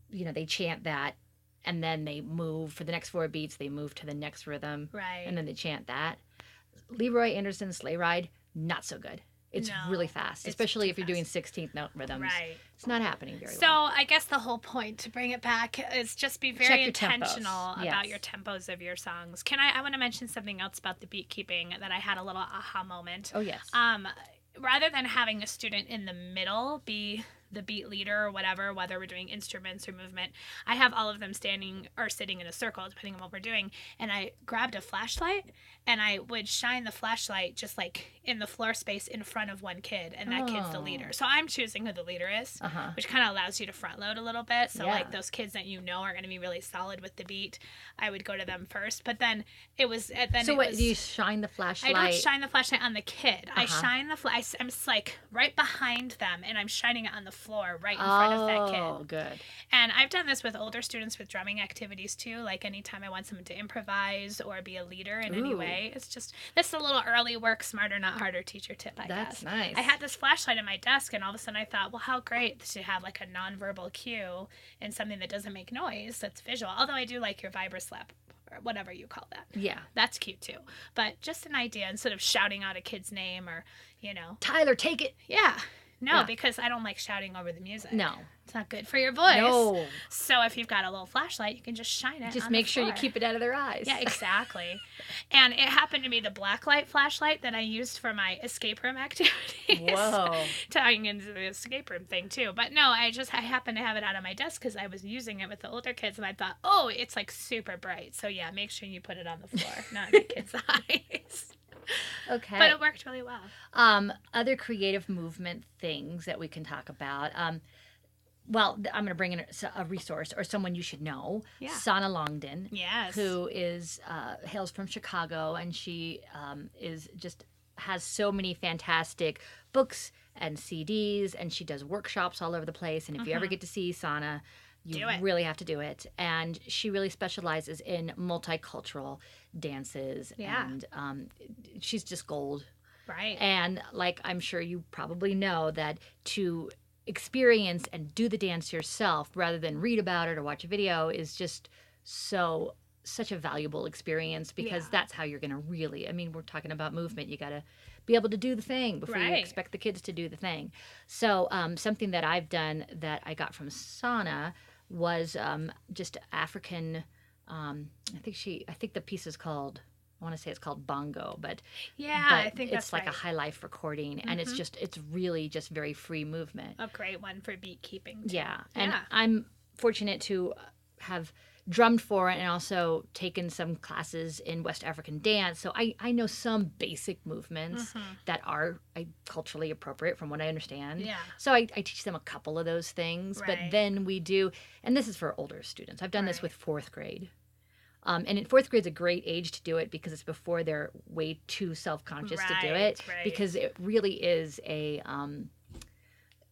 B: you know they chant that, and then they move for the next four beats, they move to the next rhythm
A: Right.
B: and then they chant that. Leroy Anderson's sleigh ride, not so good. It's
A: No,
B: really fast,
A: it's
B: especially
A: too
B: if you're doing 16th note rhythms.
A: Right.
B: It's not happening very
A: So
B: well.
A: I guess the whole point to bring it back is just be
B: Check
A: very
B: your tempos.
A: intentional
B: Yes.
A: about your tempos of your songs. Can I? I want to mention something else about the beatkeeping that I had a little aha moment.
B: Oh yes.
A: Um, rather than having a student in the middle be the beat leader or whatever, whether we're doing instruments or movement, I have all of them standing or sitting in a circle, depending on what we're doing. And I grabbed a flashlight and I would shine the flashlight just like in the floor space in front of one kid, and that kid's the
B: Oh.
A: leader. So I'm choosing who the leader is
B: uh huh.
A: which kind of allows you to front load a little bit. So
B: Yeah.
A: like those kids that you know are going to be really solid with the beat, I would go to them first. But then it was at then
B: So
A: it
B: what
A: was,
B: do you shine the
A: I
B: flashlight?
A: don't shine the flashlight on the kid. I
B: Uh-huh.
A: shine the flash. I'm s- like right behind them, and I'm shining it on the floor right in front of that
B: Oh,
A: kid.
B: good.
A: And I've done this with older students with drumming activities too. Like anytime I want someone to improvise or be a leader in any
B: Ooh.
A: way, it's just this is a little early work, smarter not harder teacher tip. I guess.
B: That's nice.
A: I had this flashlight on my desk, and all of a sudden I thought, well, how great to have like a nonverbal cue and something that doesn't make noise that's visual. Although I do like your vibroslap or whatever you call that.
B: Yeah.
A: That's cute too. But just an idea instead of shouting out a kid's name or, you know,
B: Tyler, take it.
A: yeah. No,
B: Yeah.
A: because I don't like shouting over the music.
B: No.
A: It's not good for your voice.
B: No.
A: So if you've got a little flashlight, you can just shine it.
B: Just
A: on the
B: make sure you
A: floor.
B: keep it out of their eyes.
A: Yeah, exactly. and it happened to be the black light flashlight that I used for my escape room activities.
B: Whoa.
A: tying into the escape room thing too. But no, I just I happened to have it out on my desk because I was using it with the older kids, and I thought, oh, it's like super bright. So yeah, make sure you put it on the floor, not in the kids' eyes.
B: Okay.
A: But it worked really well.
B: um, other creative movement things that we can talk about. Um, well, th- I'm going to bring in a, s- a resource or someone you should know.
A: Yeah.
B: Sana Longden.
A: Yes.
B: who is uh, hails from Chicago, and she um, is just has so many fantastic books and CDs, and she does workshops all over the place. And if you ever get to see Sana, you
A: Mm-hmm. Do it.
B: really have to do it. And she really specializes in multicultural dances,
A: Yeah.
B: and um, she's just gold.
A: Right.
B: And like I'm sure you probably know that to experience and do the dance yourself rather than read about it or watch a video is just so such a valuable experience because
A: Yeah.
B: that's how you're going to really I mean we're talking about movement you got to be able to do the thing before you
A: Right.
B: expect the kids to do the thing. So um, something that I've done that I got from Sana was um, just African um, I think she I think the piece is called I want to say it's called bongo but
A: yeah,
B: but
A: I think
B: it's
A: that's
B: like
A: right. Mm-hmm.
B: a high life recording and it's just it's really just very free movement
A: a great one for beatkeeping. too.
B: yeah and
A: Yeah.
B: i'm fortunate to have drummed for it and also taken some classes in west african dance so i, I know some basic movements
A: Mm. Mm-hmm.
B: that are I, culturally appropriate from what i understand
A: Yeah.
B: so I, I teach them a couple of those things but
A: Right.
B: then we do and this is for older students i've done this
A: Right.
B: with fourth grade um, and in fourth grade's a great age to do it because it's before they're way too self-conscious to do
A: Right,
B: it
A: right.
B: because it really is a um,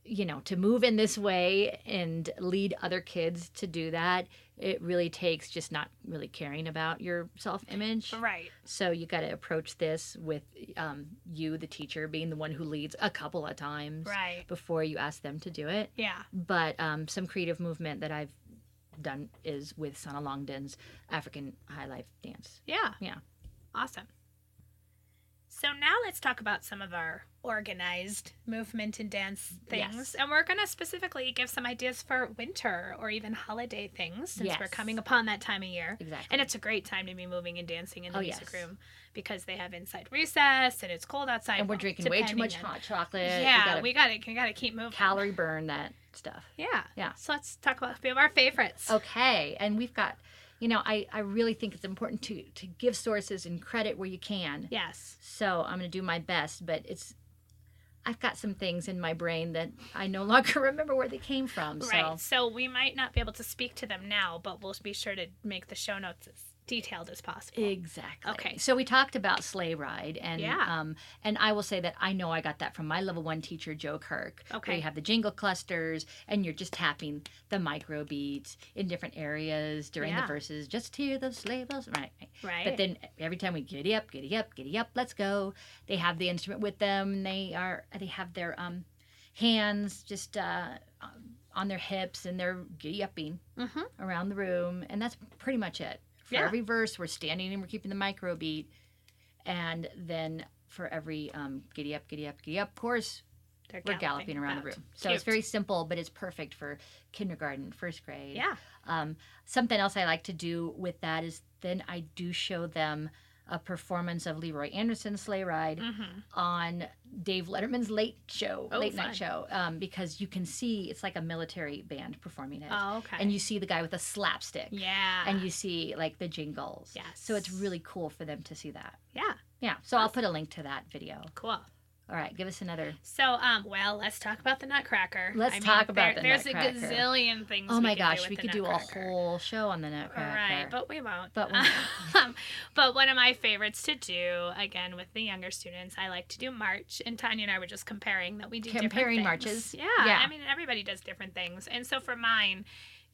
B: you know to move in this way and lead other kids to do that it really takes just not really caring about your self-image
A: Right.
B: so you got to approach this with um, you the teacher being the one who leads a couple of times
A: Right.
B: before you ask them to do it
A: Yeah.
B: but um, some creative movement that I've done is with Sana Longden's African High Life Dance.
A: Yeah.
B: Yeah.
A: Awesome. So now let's talk about some of our organized movement and dance things.
B: Yes.
A: And we're going to specifically give some ideas for winter or even holiday things since we're
B: Yes.
A: coming upon that time of year.
B: Exactly.
A: And it's a great time to be moving and dancing in the
B: Oh,
A: music
B: yes.
A: room because they have inside recess and it's cold outside.
B: and we're
A: Well,
B: drinking way too
A: depending
B: much
A: on-
B: hot chocolate. we
A: Yeah,
B: gotta
A: we got to we got to keep moving.
B: calorie burn that stuff.
A: Yeah.
B: Yeah. Oh.
A: So let's talk about a few of our favorites.
B: Okay, and we've got, you know, I I really think it's important to to give sources and credit where you can.
A: Yes.
B: So I'm gonna do my best, but it's. I've got some things in my brain that I no longer remember where they came from. So
A: Right. So we might not be able to speak to them now, but we'll be sure to make the show notes as detailed as possible.
B: Exactly.
A: Okay.
B: So we talked about sleigh ride, and
A: Yeah.
B: um, and I will say that I know I got that from my level one teacher, Joe Kirk. Where
A: Okay.
B: you have the jingle clusters, and you're just tapping the micro beats in different areas during the
A: Yeah.
B: verses. Just hear those sleigh bells, right? right.
A: right.
B: But then every time we giddy up, giddy up, giddy up, let's go. They have the instrument with them. and They are they have their um, hands just uh, on their hips, and they're giddy upping
A: hmm
B: around the room, and that's pretty much it. For
A: Yeah.
B: every verse, we're standing and we're keeping the micro beat, and then for every um, giddy up, giddy up, giddy up chorus.
A: They're
B: We're galloping around the
A: about.
B: room. So it's
A: Cute.
B: very simple, but it's perfect for kindergarten, first grade.
A: Yeah.
B: Um, something else I like to do with that is then I do show them a performance of Leroy Anderson's sleigh ride
A: Mm-hmm.
B: on Dave Letterman's late show,
A: Oh,
B: late
A: fun.
B: night show, um, because you can see it's like a military band performing it,
A: Oh, okay.
B: and you see the guy with a slapstick,
A: yeah.
B: and you see like the jingles.
A: Ah. Yes.
B: So it's really cool for them to see that.
A: yeah.
B: Yeah. So I'll put a link to that video.
A: Cool.
B: All right, give us another.
A: So, um, well, let's talk about the Nutcracker.
B: Let's talk about the
A: there's
B: Nutcracker.
A: a gazillion things.
B: Oh
A: we
B: my
A: could do
B: gosh,
A: with
B: we
A: the
B: could do a
A: Nutcracker.
B: whole show on the
A: All
B: Nutcracker.
A: right, but we won't.
B: But we
A: um, but one of my favorites to do again with the younger students, I like to do march. And Tanya and I were just comparing that we do different
B: Comparing
A: things.
B: marches?
A: Yeah,
B: Yeah.
A: I mean everybody does different things, and so for mine.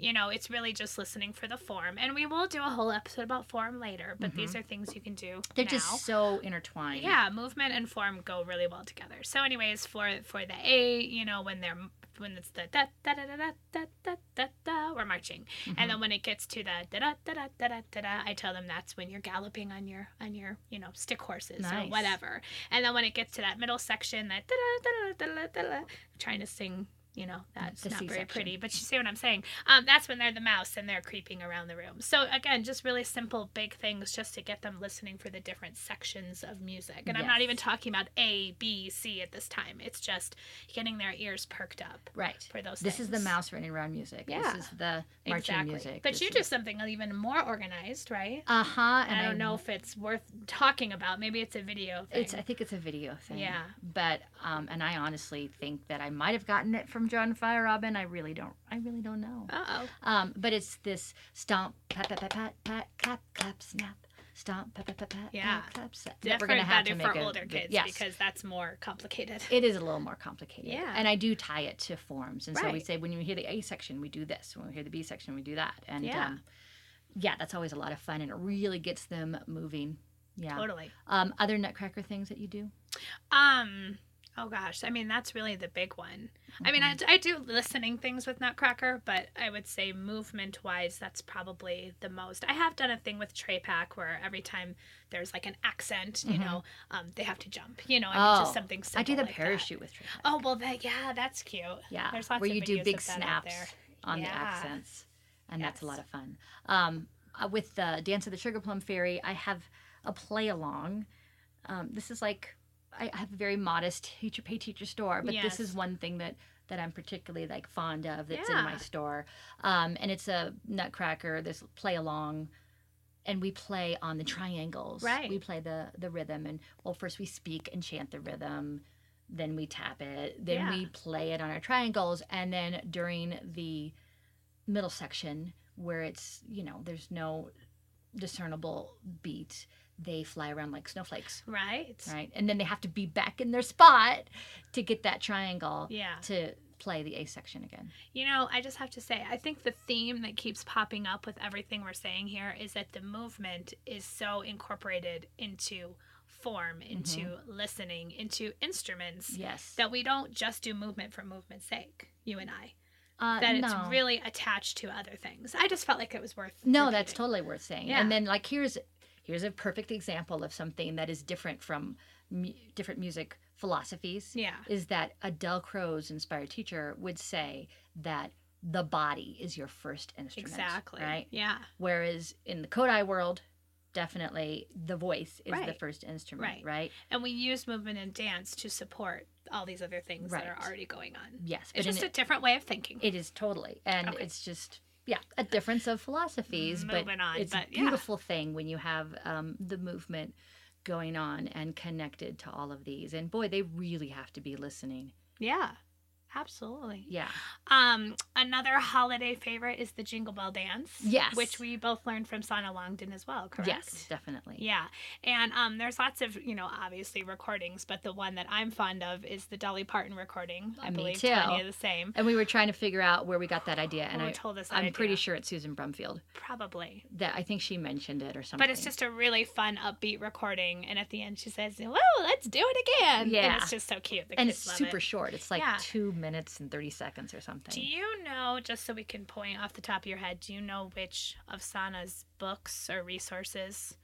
A: You know, it's really just listening for the form. And we will do a whole episode about form later, but these are things you can do.
B: Mm-hmm. They're
A: now.
B: just so intertwined.
A: Yeah, movement and form go really well together. So, anyways, for for the A, you know, when they're when it's the da da da da da da da da, da we're marching,
B: Mm-hmm.
A: and then when it gets to the da da da da da da da da, I tell them that's when you're galloping on your on your you know stick horses or
B: Nice.
A: whatever. And then when it gets to that middle section, that da da da da da da da, trying to sing. You know, that's
B: The
A: not very
B: C-section.
A: pretty, but you see what I'm saying. Um, that's when they're the mouse and they're creeping around the room. So again, just really simple, big things just to get them listening for the different sections of music. And I'm not
B: Yes.
A: even talking about A, B, C at this time. It's just getting their ears perked up
B: Right.
A: for those.
B: This is the
A: things.
B: mouse running around music.
A: Yeah.
B: This is the marching
A: exactly.
B: music.
A: But
B: This
A: you
B: is-
A: do something even more organized, right?
B: Uh huh.
A: I don't know if it's worth talking about. Maybe it's a video. Thing.
B: It's. I think it's a video thing.
A: Yeah.
B: But um, and I honestly think that I might have gotten it from John Fire Robin. I really don't. I really don't know.
A: Uh oh.
B: Um, but it's this stomp, pat, pat, pat, pat, pat, clap, clap, snap, stomp, pat, pat, pat, pat,
A: Yeah,
B: pat, clap, snap. that
A: Different
B: We're gonna have to
A: better
B: make
A: for
B: a
A: older
B: vi-
A: kids
B: yes.
A: because that's more complicated.
B: it is a little more complicated.
A: Yeah.
B: And I do tie it to forms, and so we
A: Right.
B: say when you hear the A section, we do this. When we hear the B section, we do that. And
A: Yeah.
B: Um, yeah, that's always a lot of fun, and it really gets them moving. Yeah.
A: Totally.
B: Um, other Nutcracker things that you do?
A: Um. Oh gosh, I mean that's really the big one. I mean, I,
B: Mm-hmm.
A: I do listening things with Nutcracker, but I would say movement wise, that's probably the most. I have done a thing with Tray Pack where every time there's like an accent, you
B: Mhm.
A: know, um, they have to jump. You know, I mean,
B: Oh,
A: just something simple.
B: I do the
A: like that.
B: parachute with Trinidad.
A: Oh well, that yeah, that's cute.
B: yeah,
A: there's lots
B: where
A: of
B: you do
A: videos
B: big
A: of that out
B: snaps
A: there.
B: on the
A: Yeah.
B: accents, and that's a lot
A: Yes.
B: of fun. Um, uh, with the Dance of the Sugar Plum Fairy, I have a play along. Um, this is like I I have a very modest teacher pay teacher store, but this
A: Yes.
B: is one thing that that I'm particularly like fond of that's in my
A: Yeah.
B: store, um, and it's a Nutcracker. This play along. And we play on the triangles.
A: Right.
B: We play the the rhythm, and well, first we speak and chant the rhythm, then we tap it, then
A: Yeah.
B: we play it on our triangles, and then during the middle section where it's you know there's no discernible beat, they fly around like snowflakes,
A: Right.
B: right? And then they have to be back in their spot to get that triangle
A: Yeah.
B: to play the A section again.
A: You know, I just have to say, I think the theme that keeps popping up with everything we're saying here is that the movement is so incorporated into form,
B: Mm-hmm.
A: into listening, into instruments
B: Yes,
A: that we don't just do movement for movement's sake, you and I.
B: uh,
A: That
B: no.
A: it's really attached to other things. I just felt like it was worth
B: No, that's
A: repeating.
B: totally worth saying.
A: Yeah.
B: And then like here's here's a perfect example of something that is different from mu- different music philosophies.
A: Yeah.
B: Is that Adele Crow's inspired teacher would say that the body is your first instrument.
A: Exactly.
B: Right.
A: Yeah.
B: Whereas in the Kodai world, definitely the voice is the
A: Right.
B: first instrument.
A: Right.
B: Right.
A: And we use movement and dance to support all these other things that are
B: Right.
A: already going on.
B: Yes.
A: It's
B: in
A: just a
B: it,
A: different way of thinking.
B: it is totally, and
A: Okay.
B: it's just. Yeah, a difference of philosophies, but
A: Moving on,
B: it's
A: but
B: a
A: yeah.
B: beautiful thing when you have um, the movement going on and connected to all of these. And boy, they really have to be listening.
A: yeah. Absolutely.
B: Yeah,
A: Um, another holiday favorite is the Jingle Bell Dance.
B: Yes.
A: Which we both learned from Sana Longden as well, correct?
B: yes, definitely.
A: Yeah. And um, there's lots of, you know, obviously recordings, but the one that I'm fond of is the Dolly Parton recording. I
B: Uh, Me
A: believe
B: too.
A: Tanya the same.
B: And we were trying to figure out where we got that idea, and
A: Who
B: I,
A: told us that
B: I'm pretty
A: idea?
B: sure it's Susan Brumfield
A: Probably.
B: that I think she mentioned it or something.
A: But it's just a really fun, upbeat recording. And at the end, she says, Whoa, let's do it again.
B: Yeah.
A: And it's just so cute. The
B: and it's
A: kids love
B: super
A: it.
B: short. It's like
A: Yeah.
B: two minutes and thirty seconds or something.
A: Do you know, just so we can point off the top of your head, do you know which of Sana's books or resources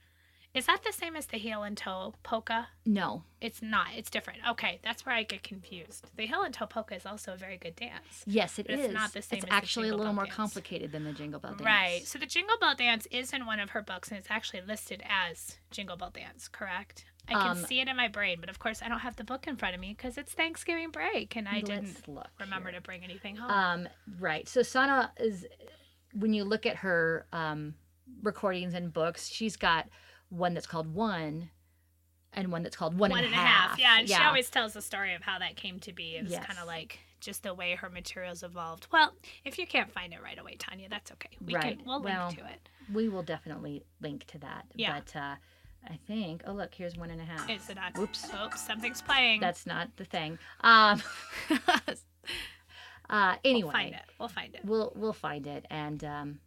A: Is that the same as the heel and toe polka?
B: No.
A: It's not. It's different. Okay, that's where I get confused. The heel and toe polka is also a very good dance.
B: Yes, it
A: But it's
B: is.
A: not the same as
B: It's
A: the
B: actually a
A: Jingle
B: little
A: Bell
B: more
A: Dance.
B: complicated than the jingle bell dance.
A: Right. So the Jingle Bell Dance is in one of her books and it's actually listed as Jingle Bell Dance, correct? I can
B: Um,
A: see it in my brain, but of course I don't have the book in front of me because it's Thanksgiving break and I didn't
B: Let's look.
A: remember
B: here.
A: to bring anything home.
B: Um, right. So Sana is, when you look at her um, recordings and books, she's got one that's called One, and one that's called One,
A: One and a half. Yeah, and she always tells the story of how that came to be. It was
B: Yes.
A: kind of like just the way her materials evolved. Well, if you can't find it right away, Tanya, that's okay. We
B: Right.
A: can we'll link
B: Well,
A: to it.
B: We will definitely link to that.
A: Yeah.
B: But uh, I think. Oh look, here's one and a half.
A: Is it on?
B: Oops.
A: Oops, something's playing.
B: That's not the thing. Um, uh,
A: We'll
B: anyway,
A: find it. We'll find it.
B: we'll we'll find it and um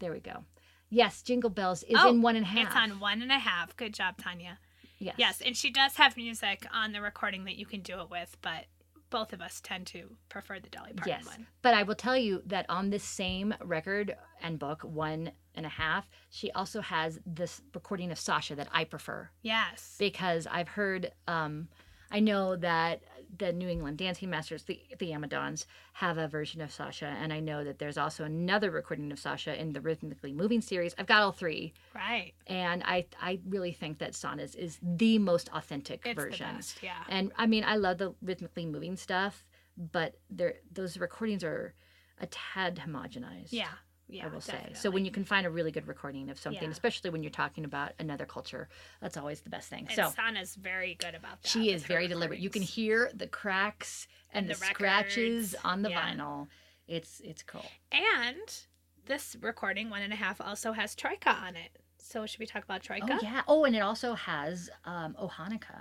B: there we go yes jingle bells is
A: Oh,
B: in one and a half
A: It's on one and a half. Good job, Tanya.
B: yes
A: Yes, and she does have music on the recording that you can do it with, but both of us tend to prefer the Dolly Parton
B: yes
A: one.
B: but i will tell you that on this same record and book one and a half she also has this recording of sasha that i prefer
A: Yes.
B: because i've heard um i know that the new england dancing masters the the amadons have a version of sasha and i know that there's also another recording of sasha in the rhythmically moving series i've got all three
A: Right.
B: and I I really think that Sana's is the most authentic
A: It's
B: version.
A: the best. Yeah.
B: And I mean, I love the rhythmically moving stuff, but there those recordings are a tad homogenized.
A: Yeah. Yeah.
B: I will say. So when you can find a really good recording of something,
A: Yeah.
B: especially when you're talking about another culture, that's always the best thing.
A: definitely.
B: so
A: and Sana's very good about that.
B: she
A: with
B: is
A: her
B: very deliberate. You can
A: recordings.
B: hear the cracks and the,
A: The
B: scratches
A: records.
B: on the
A: Yeah.
B: vinyl. It's it's cool.
A: And this recording, one and a half, also has Troika on it. So should we talk about Troika?
B: Oh yeah. Oh, and it also has um, Oh Hanukkah.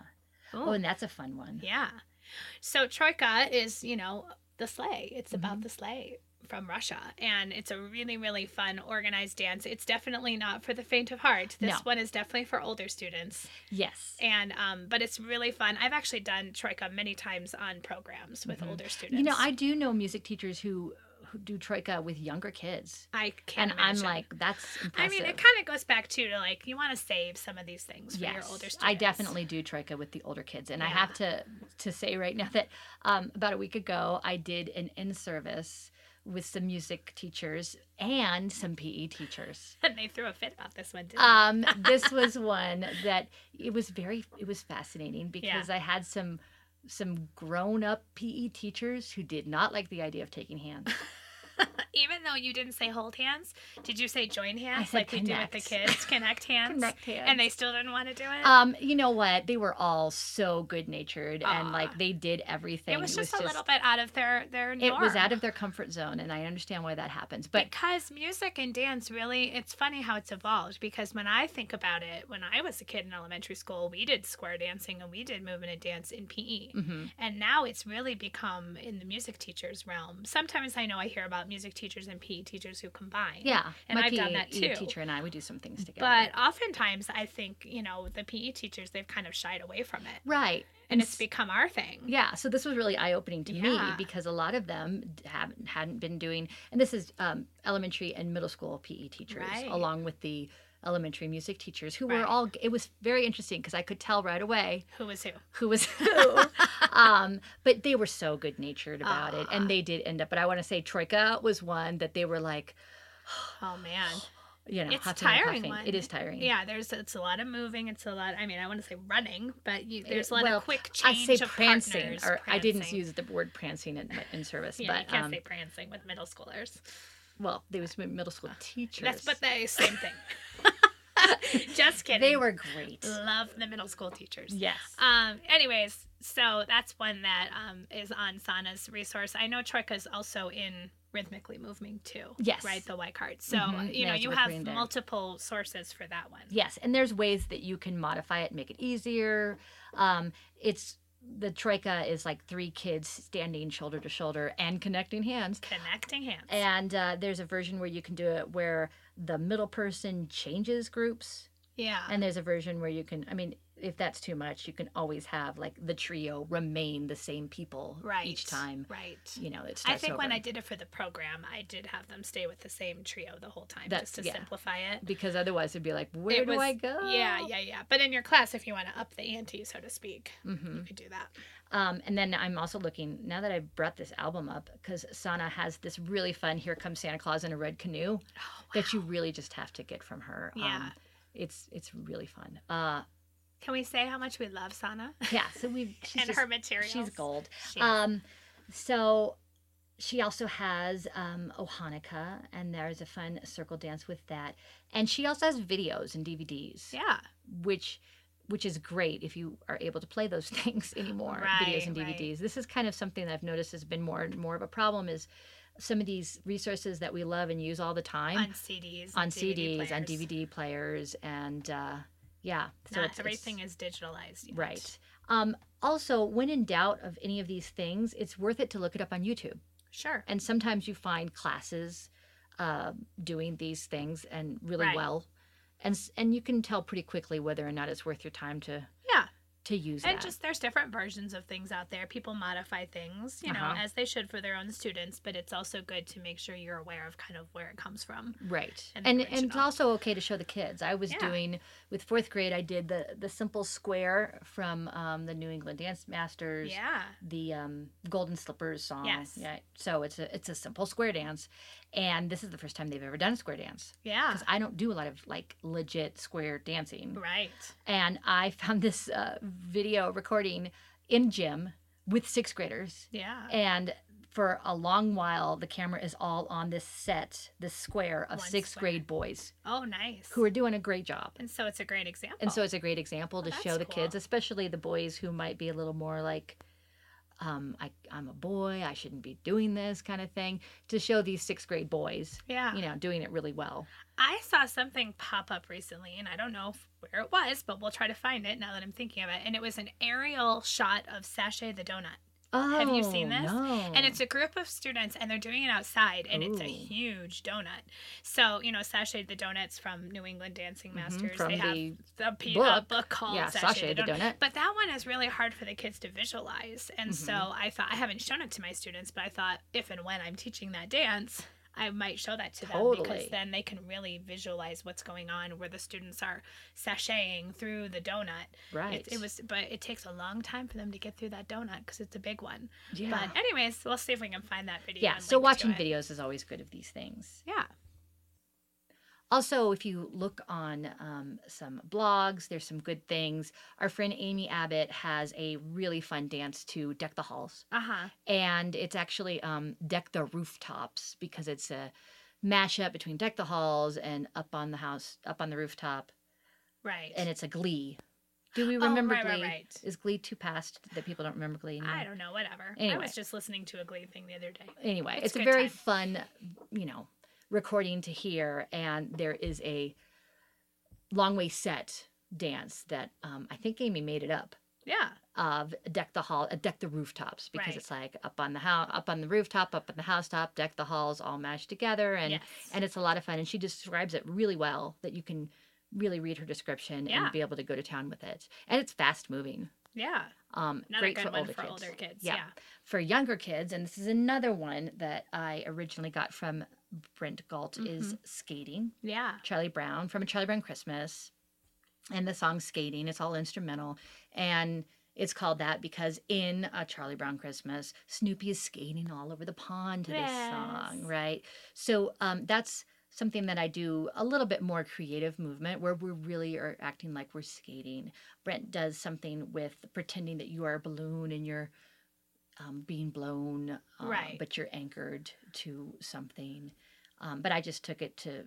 A: Ooh.
B: Oh, and that's a fun one.
A: Yeah. So Troika is, you know, the sleigh. It's about
B: Mhm.
A: the sleigh from Russia. And it's a really, really fun, organized dance. It's definitely not for the faint of heart. This
B: No.
A: one is definitely for older students.
B: Yes.
A: And um, but it's really fun. I've actually done Troika many times on programs with
B: Mhm.
A: older students.
B: You know, I do know music teachers who, who do troika with younger kids,
A: I can't
B: and
A: imagine.
B: I'm like, that's
A: I
B: impressive.
A: mean, it kind of goes back to to like you want to save some of these things for your older students.
B: I definitely do troika with the older kids, and I
A: Yeah.
B: have to to say right now that um, about a week ago I did an in service with some music teachers and some PE teachers.
A: And they threw a fit about this one, didn't they?
B: Um, this was one that it was very it was fascinating because I had some some grown up PE teachers who did not like the idea of taking hands.
A: Even though you didn't say hold hands, did you say join hands
B: said
A: like we do with the
B: connect.
A: kids? Connect hands.
B: Connect hands.
A: And they still didn't want to do it.
B: Um, you know what? They were all so good natured
A: Aw.
B: and like they did everything.
A: it was just a little bit out of their their norm.
B: it was out of their comfort zone and I understand why that happens. But
A: because music and dance really it's funny how it's evolved because when I think about it, when I was a kid in elementary school, we did square dancing and we did movement and dance in E. PE.
B: mhm.
A: And now it's really become in the music teachers realm. Sometimes I know I hear about music teachers and PE teachers who combine.
B: yeah.
A: And
B: my
A: I've done
B: PE
A: that too.
B: teacher and I would do some things together.
A: But oftentimes, I think you know the PE teachers they've kind of shied away from it,
B: right.
A: and it's
B: s-
A: become our thing.
B: yeah, so this was really eye opening to me
A: Yeah.
B: because a lot of them d- haven't hadn't been doing, and this is um, elementary and middle school PE teachers,
A: Right.
B: along with the elementary music teachers, who
A: Right.
B: were all. It was very interesting because I could tell right away
A: Who was who?
B: who was who. um, but they were so good natured about it,
A: Ah.
B: and they did end up. But I want to say Troika was one that they were like,
A: Oh man,
B: you know,
A: It's
B: huffing and
A: tiring
B: puffing.
A: one.
B: It is tiring.
A: yeah. There's it's a lot of moving. It's a lot. I mean, I want to say running, but you, there's a
B: It-
A: lot
B: Eh, well,
A: of quick
B: I
A: change
B: say
A: of
B: prancing,
A: partners.
B: or I didn't
A: prancing.
B: use the word prancing in, in service,
A: Yeah, you
B: but
A: can't
B: um,
A: say prancing with middle schoolers.
B: well, they was middle school teachers.
A: Ah, That's but the same thing. Just kidding.
B: they were great.
A: love the middle school teachers.
B: Yes.
A: Um, anyways, so that's one that um, is on Sana's resource. I know Troika's also in Rhythmically Moving too.
B: Yes.
A: Right, the Y card. So,
B: Mhm,
A: you
B: yeah,
A: know,
B: it's
A: you
B: with
A: have
B: Green Day.
A: multiple sources for that one.
B: Yes, and there's ways that you can modify it, make it easier. Um, it's the troika is like three kids standing shoulder to shoulder and connecting hands.
A: Connecting hands.
B: And uh, there's a version where you can do it where the middle person changes groups,
A: yeah.
B: and there's a version where you can. I mean, if that's too much, you can always have like the trio remain the same people
A: right
B: each time.
A: Right.
B: You know, it
A: I
B: starts
A: think when
B: over.
A: I did it for the program, I did have them stay with the same trio the whole time
B: That's-
A: just to
B: yeah. Oh.
A: simplify it.
B: because otherwise it'd be like, where
A: It
B: do
A: was-
B: I go?
A: Yeah, yeah, yeah. But in your class, if you want to up the ante, so to speak,
B: hmm
A: you could do that.
B: Um, and then I'm also looking now that I've brought this album up because Sana has this really fun "Here Comes Santa Claus in a Red Canoe" that you really just have to get from her. Um,
A: Yeah.
B: it's it's really fun. Uh,
A: Can we say how much we love Sana
B: yeah. So we she's
A: and
B: just-
A: her materials?
B: she's gold.
A: She is.
B: Um, so she also has um, Oh Hanukkah, and there's a fun circle dance with that. And she also has videos and DVDs,
A: yeah.
B: which which is great if you are able to play those things anymore,
A: Right,
B: videos and
A: right.
B: DVDs. This is kind of something that I've noticed has been more and more of a problem is some of these resources that we love and use all the time
A: On CDs.
B: on
A: DVD
B: CDs, on
A: players.
B: DVD players, and uh, yeah,
A: Not everything is digitalized. Yet.
B: Right. Um, also, when in doubt of any of these things, it's worth it to look it up on YouTube.
A: Sure.
B: And sometimes you find classes uh, doing these things and really
A: Right.
B: well, and s- and you can tell pretty quickly whether or not it's worth your time to
A: Yeah.
B: to use
A: And
B: that.
A: just there's different versions of things out there. People modify things, you know,
B: Uh-huh.
A: as they should for their own students, but it's also good to make sure you're aware of kind of where it comes from.
B: Right.
A: and
B: And and, it's
A: original.
B: also okay to show the kids. I was
A: Yeah.
B: doing with fourth grade. I did the the simple square from um, the New England Dance Masters.
A: Yeah.
B: the um, Golden Slippers song.
A: Yes.
B: Yeah. So it's a it's a simple square dance, and this is the first time they've ever done a square dance
A: Yeah.
B: because I don't do a lot of like legit square dancing.
A: Ah. Right.
B: And I found this uh, video recording in gym with sixth graders,
A: Yeah.
B: and for a long while the camera is all on this set, this square of
A: One
B: sixth
A: square.
B: grade boys
A: Oh, nice.
B: who are doing a great job.
A: and so it's a great example.
B: And so it's a great example to
A: Well,
B: show
A: Oh. that's
B: the
A: cool.
B: kids, especially the boys who might be a little more like, um, I, I'm a boy, I shouldn't be doing this kind of thing, to show these sixth grade boys,
A: yeah.
B: you know, doing it really well.
A: I saw something pop up recently, and I don't know if- where it was, but we'll try to find it now that I'm thinking of it. And it was an aerial shot of Sashay the Donut.
B: Oh,
A: Have you seen this?
B: No.
A: And it's a group of students, and they're doing it outside, and it's a
B: Oh. Ooh.
A: huge donut. So, you know, Sashay the Donut's from New England Dancing
B: Mhm,
A: Masters.
B: from
A: they have
B: the
A: the pe- a
B: book.
A: book called
B: yeah,
A: Sashay, the, Donut.
B: donut.
A: But that one is really hard for the kids to visualize. And so
B: Mm-hmm.
A: I thought, I haven't shown it to my students, but I thought if and when I'm teaching that dance, I might show that to them
B: Totally.
A: because then they can really visualize what's going on where the students are sashaying through the donut.
B: Right.
A: It, it was, but it takes a long time for them to get through that donut because it's a big one.
B: yeah.
A: But anyways, we'll see if we can find that video.
B: yeah.
A: and
B: So
A: link to
B: watching
A: it.
B: videos is always good of these things.
A: Yeah.
B: Also, if you look on um, some blogs, there's some good things. Our friend Amy Abbott has a really fun dance to Deck the Halls.
A: Uh huh.
B: and it's actually um, deck the rooftops because it's a mashup between deck the halls and up on the house up on the rooftop
A: Right.
B: and it's a glee do we
A: Oh,
B: remember
A: right, right,
B: glee
A: right.
B: is glee too past that people don't remember glee anymore?
A: I don't know. Whatever. I
B: uh, Anyway.
A: was just listening to a Glee thing the other day.
B: anyway
A: It's
B: it's,
A: a
B: a
A: good
B: very
A: time.
B: fun you know recording to hear and there is a long way set dance that um, i think amy made it up
A: Yeah.
B: of deck the hall uh, deck the rooftops because
A: Right.
B: it's like up on the house up on the rooftop up on the housetop deck the halls all mashed together and
A: yes.
B: and it's a lot of fun and she describes it really well that you can really read her description
A: Yeah.
B: and be able to go to town with it and it's fast moving
A: yeah.
B: um
A: Another
B: great
A: good
B: for
A: one
B: older
A: for
B: kids
A: older kids.
B: Yeah.
A: yeah.
B: for younger kids and this is another one that i originally got from brent galt is skating
A: Yeah.
B: Charlie Brown from a Charlie Brown Christmas. And the song Skating, it's all instrumental. And it's called that because in a Charlie Brown Christmas, Snoopy is skating all over the pond to this song,
A: Yes.
B: right? So um, that's something that I do a little bit more creative movement where we really are acting like we're skating. Brent does something with pretending that you are a balloon and you're um, being blown, uh,
A: Right.
B: but you're anchored to something. Um, but I just took it to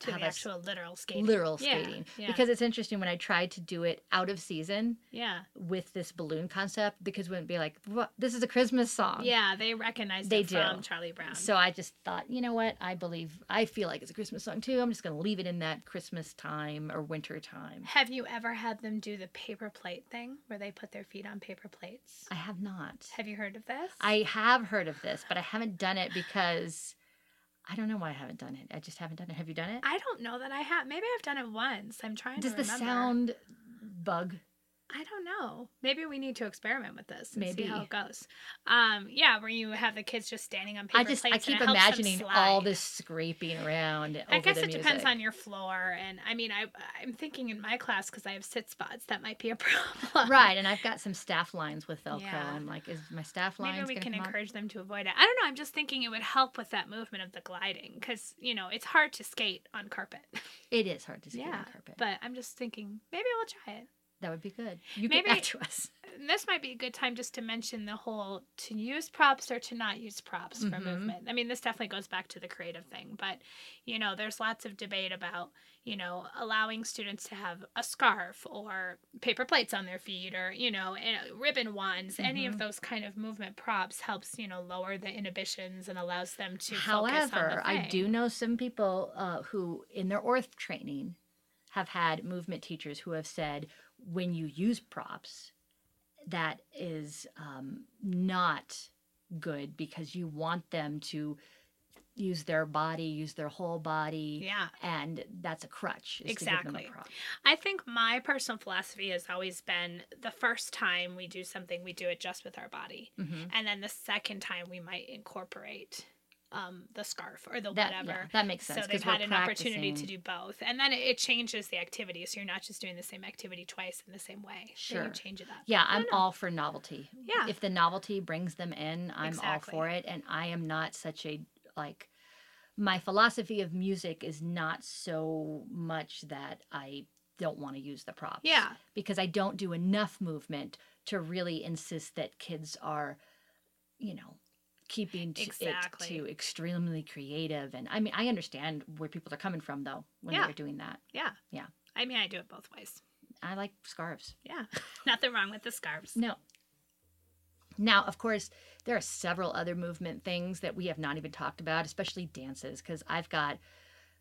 A: To
B: have
A: the
B: us
A: actual literal skating.
B: literal
A: Yeah,
B: skating
A: yeah.
B: because it's interesting when I tried to do it out of season
A: yeah.
B: with this balloon concept because it wouldn't be like "Wha- this is a Christmas song.
A: Yeah, they recognized
B: um, They
A: it from
B: do.
A: Charlie Brown.
B: So I just thought, you know what? I believe I feel like it's a Christmas song too. I'm just going to leave it in that Christmas time or winter time.
A: have you ever had them do the paper plate thing where they put their feet on paper plates?
B: I have not.
A: Have you heard of this?
B: I have heard of this, but I haven't done it because I don't know why I haven't done it. I just haven't done it. Have you done it?
A: I don't know that I have. Maybe I've done it once. I'm trying
B: Does
A: to
B: the
A: remember.
B: sound bug
A: I don't know. Maybe we need to experiment with this. And
B: Maybe.
A: see how it goes. Um, yeah, where you have the kids just standing on paper
B: I just I
A: plates and
B: keep
A: it helps them
B: imagining all
A: slide.
B: this scraping around.
A: I
B: over
A: guess
B: the
A: it depends
B: music.
A: on your floor, and I mean, I I'm thinking in my class because I have sit spots that might be a problem.
B: Right, and I've got some staff lines with Velcro.
A: Yeah.
B: I'm like, is my staff line?
A: Maybe we can encourage them to avoid it. I don't know. I'm just thinking it would help with that movement of the gliding because you know it's hard to skate on carpet.
B: It is hard to see
A: Yeah,
B: on carpet.
A: But I'm just thinking maybe we'll try it.
B: that would be good. You
A: Maybe-
B: get back to us.
A: And this might be a good time just to mention the whole to use props or to not use props for
B: Mhm.
A: movement. I mean, this definitely goes back to the creative thing, but you know, there's lots of debate about, you know, allowing students to have a scarf or paper plates on their feet or, you know, and ribbon wands. Any of
B: Mhm.
A: those kind of movement props helps, you know, lower the inhibitions and allows them to focus on
B: However,
A: the
B: I do
A: thing.
B: know some people uh, who, in their ORF training, have had movement teachers who have said when you use props, that is um, not good because you want them to use their body, use their whole body,
A: Yeah.
B: and that's a crutch. is to give them a
A: Exactly.
B: prop.
A: I think my personal philosophy has always been the first time we do something, we do it just with our body.
B: Mhm.
A: and then the second time we might incorporate um, the scarf or the
B: That yeah,
A: whatever.
B: that makes
A: so
B: sense
A: they've
B: we're
A: had an opportunity to
B: practicing.
A: do both, and then it, it changes the activity. So you're not just doing the same activity twice in the same way. Sure,
B: Sure.
A: you change it up.
B: Yeah,
A: I
B: I'm
A: don't know.
B: all for novelty.
A: Yeah.
B: If the novelty brings them in, I'm
A: Exactly.
B: all for it. And I am not such a, like, my philosophy of music is not so much that I don't want to use the props.
A: Yeah,
B: Because I don't do enough movement to really insist that kids are, you know, keeping to
A: Exactly.
B: it to extremely creative. And I mean, I understand where people are coming from, though, when
A: Yeah.
B: they're doing that.
A: yeah,
B: Yeah.
A: I mean, I do it both ways.
B: I like scarves.
A: Yeah, nothing wrong with the scarves.
B: No. Now, of course, there are several other movement things that we have not even talked about, especially dances, because I've got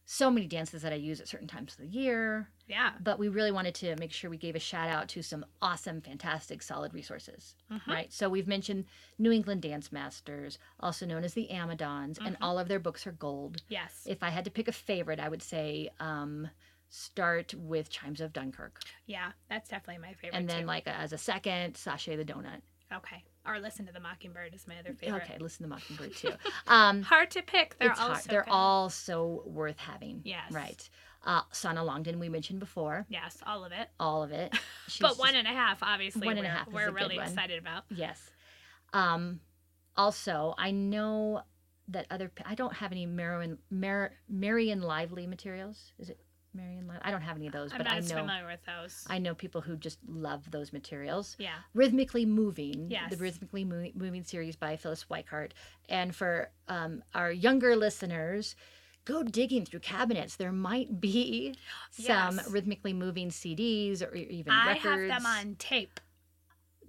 B: so many dances that I use at certain times of the year.
A: Yeah,
B: But we really wanted to make sure we gave a shout out to some awesome, fantastic, solid resources,
A: Mhm.
B: right? So we've mentioned New England Dance Masters, also known as the Amadons, and
A: Mhm.
B: all of their books are gold.
A: yes,
B: If I had to pick a favorite, I would say um, start with Chimes of Dunkirk,
A: yeah, that's definitely my favorite.
B: and then
A: too.
B: like as a second, Sashay the Donut.
A: okay, or listen to the Mockingbird is my other favorite.
B: Okay, listen to Mockingbird too. Um,
A: Hard to pick. They're
B: it's
A: all
B: hard.
A: so
B: They're
A: good.
B: all so worth having.
A: Yes.
B: Right. Uh, Sana Longden, we mentioned before,
A: yes, all of it.
B: all of it. She's
A: but
B: just-
A: one and a half, obviously,
B: One and a
A: we're,
B: Half is
A: we're
B: a good
A: really
B: one.
A: excited about.
B: yes. Um, also, I know that other. p- I don't have any Marion Mar- Marion Lively materials. Is it Marion? Li- I don't have any of those,
A: I'm
B: but
A: not
B: I
A: as
B: know
A: familiar with those.
B: I know people who just love those materials.
A: yeah.
B: Rhythmically Moving,
A: Yes.
B: the Rhythmically Mo- Moving series by Phyllis Weichart. And for um, our younger listeners, go digging through cabinets. There might be some
A: Yes.
B: rhythmically moving CDs or e- even
A: I
B: records.
A: have them on tape.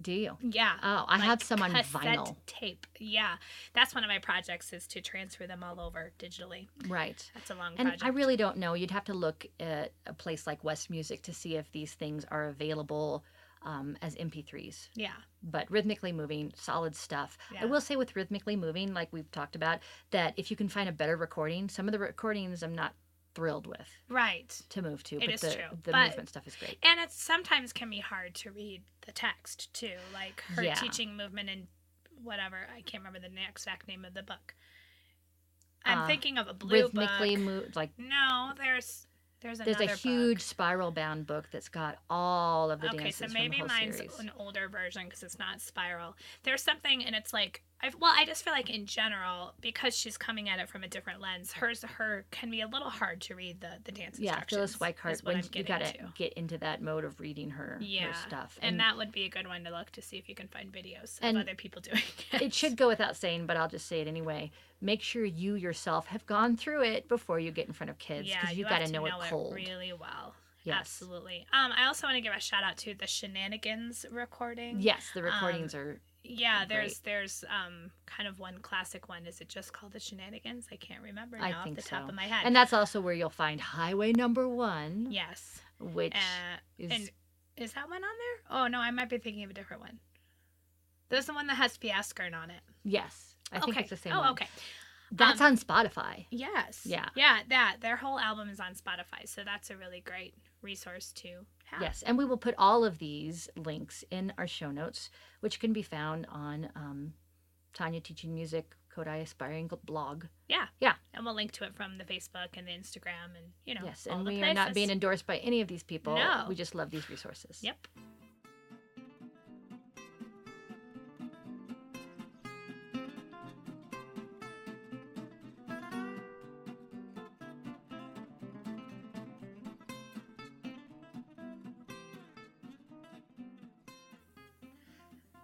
B: Do you?
A: Yeah.
B: Oh, I have
A: like
B: some on
A: cassette
B: vinyl.
A: Tape. Yeah. That's one of my projects is to transfer them all over digitally.
B: Right.
A: That's a long
B: And
A: project.
B: I really don't know. You'd have to look at a place like West Music to see if these things are available um, as MP3s.
A: yeah.
B: but rhythmically moving, solid stuff.
A: Yeah.
B: I will say with rhythmically moving, like we've talked about, that if you can find a better recording, some of the recordings I'm not thrilled with
A: Right.
B: to move to,
A: It
B: but
A: is
B: the,
A: true,
B: the
A: but-
B: movement stuff is great.
A: And it sometimes can be hard to read the text too. Like her
B: Yeah.
A: teaching movement and whatever. I can't remember the na- exact name of the book. I'm
B: Uh,
A: thinking of a blue
B: Rhythmically
A: book.
B: moved, like
A: No, there's there's another
B: there's a huge
A: book.
B: spiral bound book that's got all of the
A: okay,
B: dances
A: so
B: from
A: maybe
B: the whole
A: mine's
B: series.
A: an older version because it's not spiral. There's something, and it's like, I well, I just feel like in general because she's coming at it from a different lens, hers her can be a little hard to read the the dance
B: yeah,
A: instructions.
B: Phyllis Weichart.
A: is what
B: When
A: I'm
B: you
A: getting
B: gotta
A: to.
B: get into that mode of reading her, her
A: Yeah,
B: stuff,
A: and that would be a good one to look to see if you can find videos
B: And
A: of other people doing it.
B: it should go without saying, but I'll just say it anyway. Make sure you yourself have gone through it before you get in front of kids
A: yeah,
B: because
A: you
B: you've
A: have
B: got to know, it cold.
A: really well.
B: Yes.
A: Absolutely. Um, I also want to give a shout out to the Shenanigans recording. Um,
B: Yes, the recordings are.
A: Yeah,
B: Right.
A: there's there's um kind of one classic one. Is it just called the Shenanigans? I can't remember
B: I
A: now off
B: think
A: the top
B: so.
A: of my head.
B: And that's also where you'll find Highway Number One,
A: yes,
B: which
A: uh,
B: is
A: and is that one on there? Oh no, I might be thinking of a different one. There's the one that has Fiaskern on it.
B: yes, I
A: okay.
B: think it's the same.
A: Oh,
B: one.
A: okay. Um,
B: That's on Spotify.
A: Yes.
B: Yeah.
A: Yeah, that their whole album is on Spotify, so that's a really great resource to have.
B: Yes, and we will put all of these links in our show notes, which can be found on um, Tanya Teaching Music Kodai Aspiring blog.
A: Yeah.
B: Yeah.
A: And we'll link to it from the Facebook and the Instagram and, you know,
B: yes,
A: all
B: and
A: the
B: we are not
A: places.
B: being endorsed by any of these people.
A: No.
B: We just love these resources.
A: Yep.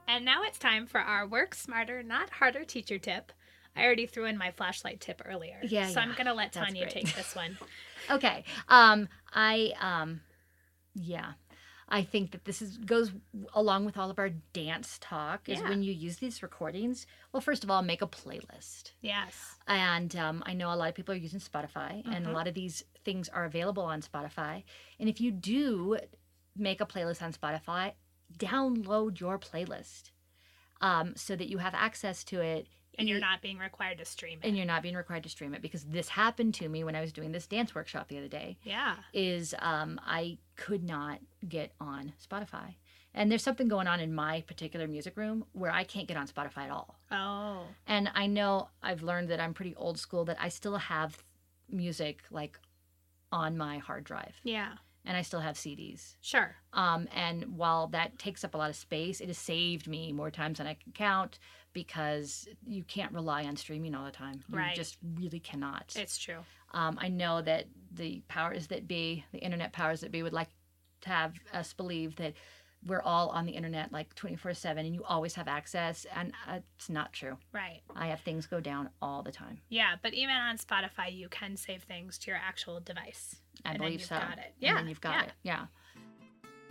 A: And now it's time for our work smarter, not harder teacher tip. I already threw in my flashlight tip earlier.
B: Yeah,
A: So
B: yeah.
A: I'm going to let
B: That's
A: Tanya
B: great.
A: take this one.
B: Okay. Um, I um, yeah, I think that this is goes along with all of our dance talk. Is
A: Yeah.
B: when you use these recordings. Well, first of all, make a playlist.
A: Yes.
B: And um, I know a lot of people are using Spotify, and a
A: Mhm.
B: lot of these things are available on Spotify. And if you do make a playlist on Spotify, download your playlist um, so that you have access to it.
A: And you're
B: e-
A: not being required to stream it.
B: and you're not being required to stream it because this happened to me when I was doing this dance workshop the other day
A: yeah.
B: is um, I could not get on Spotify. And there's something going on in my particular music room where I can't get on Spotify at all.
A: Oh.
B: And I know I've learned that I'm pretty old school, that I still have music like on my hard drive
A: Yeah.
B: and I still have CDs.
A: Sure.
B: Um, and while that takes up a lot of space, it has saved me more times than I can count because you can't rely on streaming all the time. You
A: Right.
B: just really cannot.
A: It's true.
B: Um, I know that the powers that be, the internet powers that be, would like to have us believe that we're all on the internet like 24 7 and you always have access. And uh, it's not true.
A: Right.
B: I have things go down all the time.
A: Yeah. But even on Spotify, you can save things to your actual device.
B: I
A: And then
B: believe
A: you've
B: so.
A: got it.
B: And
A: Yeah,
B: then you've got
A: yeah.
B: it. Yeah.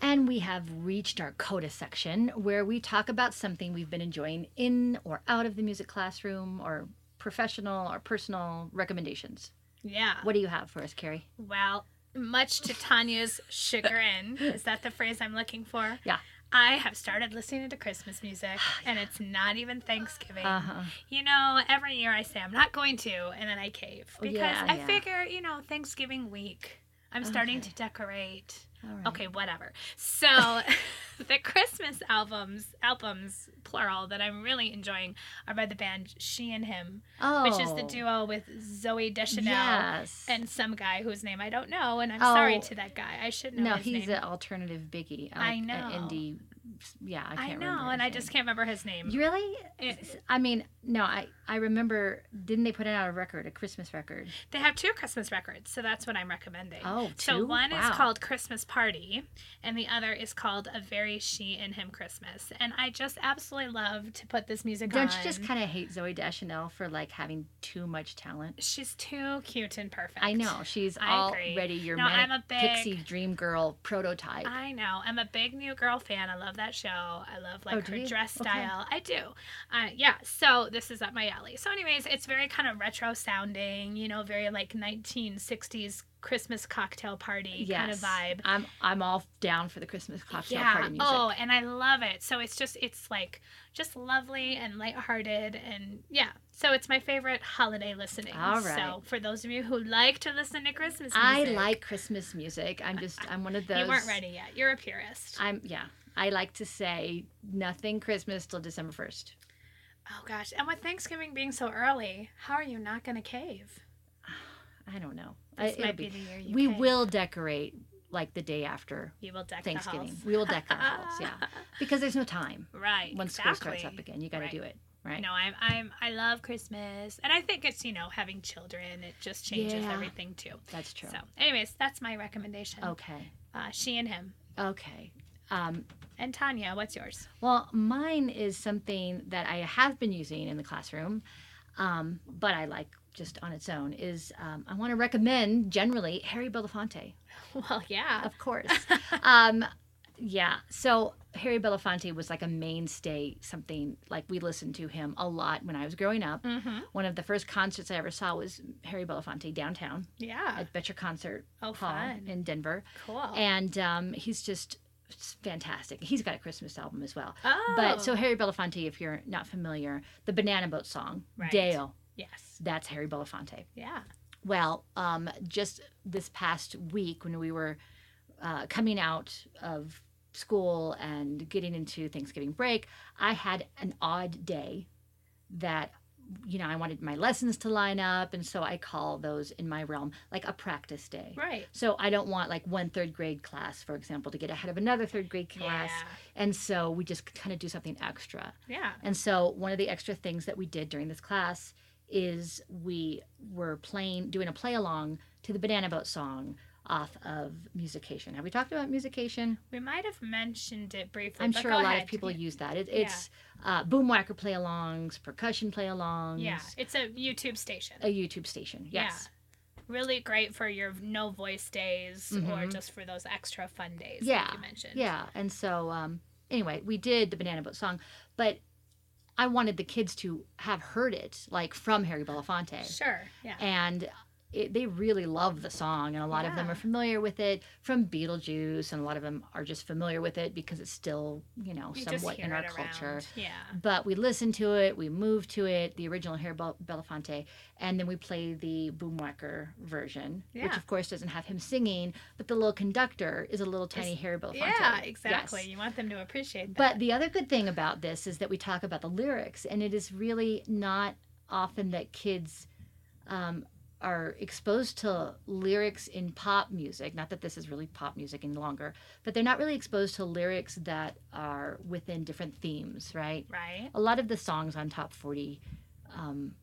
B: And we have reached our coda section where we talk about something we've been enjoying in or out of the music classroom or professional or personal recommendations.
A: Yeah.
B: What do you have for us, Carrie?
A: Well, much to Tanya's chagrin, is that the phrase I'm looking for?
B: Yeah.
A: I have started listening to Christmas music, and it's not even Thanksgiving.
B: Uh-huh.
A: You know, every year I say I'm not going to, and then I cave
B: Oh,
A: because
B: yeah,
A: I
B: yeah. Oh,
A: figure, you know, Thanksgiving week, I'm starting
B: Okay.
A: to decorate.
B: All right.
A: Okay, whatever. So, the Christmas albums, albums plural, that I'm really enjoying are by the band She and Him,
B: Oh.
A: which is the duo with Zoe Deschanel
B: Yes.
A: and some guy whose name I don't know, and I'm
B: Oh.
A: sorry to that guy. I should know
B: no,
A: his
B: he's
A: name.
B: an alternative biggie.
A: I
B: like, an
A: know.
B: indie. Yeah, I
A: I,
B: can't remember.
A: know,
B: his
A: and I
B: name.
A: just can't remember his name.
B: You really?
A: It-
B: I mean, no, I I remember. Didn't they put out a record, a Christmas record?
A: they have two Christmas records, so that's what I'm recommending.
B: Oh,
A: So
B: two?
A: one
B: Wow.
A: is called Christmas Party, and the other is called A Very She and Him Christmas. And I just absolutely love to put this music on.
B: Don't you just kind of hate Zoe Deschanel for like having too much talent?
A: She's too cute and perfect.
B: I know she's
A: I agree.
B: already your
A: No, I'm
B: manic
A: a big-
B: pixie dream girl prototype.
A: I know. I'm a big New Girl fan. I love that show. I love like
B: Oh, do
A: her
B: you?
A: dress
B: Okay.
A: style. I do. Uh, yeah. So this is up my alley. So, anyways, it's very kind of retro sounding. You know, very like 1960s Christmas cocktail party
B: yes.
A: kind of vibe.
B: I'm I'm all down for the Christmas cocktail
A: yeah.
B: party music.
A: Oh, and I love it. So it's just it's like just lovely and lighthearted and yeah. So it's my favorite holiday listening.
B: All
A: So
B: right.
A: for those of you who like to listen to Christmas music,
B: I like Christmas music. I'm just I'm one of those.
A: You weren't ready yet. You're a purist.
B: I'm yeah. I like to say nothing Christmas till December first.
A: Oh gosh, and with Thanksgiving being so early, how are you not going to cave?
B: I don't know. I,
A: This
B: it'll
A: might
B: be,
A: be, the year you
B: we
A: cave.
B: will decorate like the day after
A: You will deck
B: Thanksgiving.
A: the
B: We will deck our halls,
A: halls.
B: yeah, because there's no time
A: right.
B: when school starts
A: exactly.
B: up again. You got to
A: Right.
B: do it, right?
A: No, I'm I'm I love Christmas, and I think it's you know having children, it just changes
B: Yeah.
A: everything too.
B: That's true.
A: So,
B: Oh.
A: anyways, that's my recommendation.
B: Okay,
A: Uh, she and him
B: okay. Um,
A: and Tanya. What's yours?
B: well, mine is something that I have been using in the classroom, um, but I like just on its own. Is um, I want to recommend generally Harry Belafonte.
A: Well, yeah,
B: Of course. um, yeah. So Harry Belafonte was like a mainstay, something like we listened to him a lot when I was growing up.
A: mm-hmm.
B: One of the first concerts I ever saw was Harry Belafonte downtown
A: yeah.
B: at Betcher Concert
A: Ah. Oh,
B: Hall
A: fun, Oh.
B: in Denver.
A: cool.
B: And um, he's just it's fantastic. He's got a Christmas album as well.
A: Oh.
B: But so Harry Belafonte, if you're not familiar, the Banana Boat song,
A: Right.
B: Dale,
A: yes.
B: that's Harry Belafonte.
A: Yeah.
B: Well, um, just this past week when we were uh, coming out of school and getting into Thanksgiving break, I had an odd day that, you know, I wanted my lessons to line up. And so I call those in my realm like a practice day.
A: Right.
B: So I don't want like one third grade class, for example, to get ahead of another third grade class. And so we just kind of do something extra.
A: Yeah.
B: And so one of the extra things that we did during this class is we were playing, doing a play along to the Banana Boat song off of Musication. Have we talked about Musication?
A: We might have mentioned it briefly.
B: I'm
A: but
B: sure a
A: go
B: lot
A: ahead.
B: of people
A: Yeah.
B: use that. It, It's uh, boomwhacker play alongs, percussion play alongs.
A: Yeah, it's a YouTube station.
B: A YouTube station. Yes.
A: Really great for your no voice days or
B: Mhm.
A: just for those extra fun days
B: Yeah,
A: that you mentioned.
B: Yeah. And so um, anyway, we did the Banana Boat song, but I wanted the kids to have heard it like from Harry Belafonte.
A: Sure. Yeah.
B: and it, they really love the song and a lot of them
A: Yeah.
B: are familiar with it from beetlejuice and a lot of them are just familiar with it because it's still you know
A: You just
B: somewhat
A: hear
B: in our
A: it
B: culture
A: around. Yeah.
B: but we listened to it we moved to it the original hair belafonte and then we play the boomwhacker version which
A: Yeah.
B: of course doesn't have him singing but the little conductor is a little tiny hair belafonte
A: Yeah,
B: Yes.
A: exactly. You want them to appreciate that.
B: But the other good thing about this is that we talk about the lyrics, and it is really not often that kids um, are exposed to lyrics in pop music. Not that this is really pop music any longer, but they're not really exposed to lyrics that are within different themes, right?
A: right?
B: A lot of the songs on Top 40, um,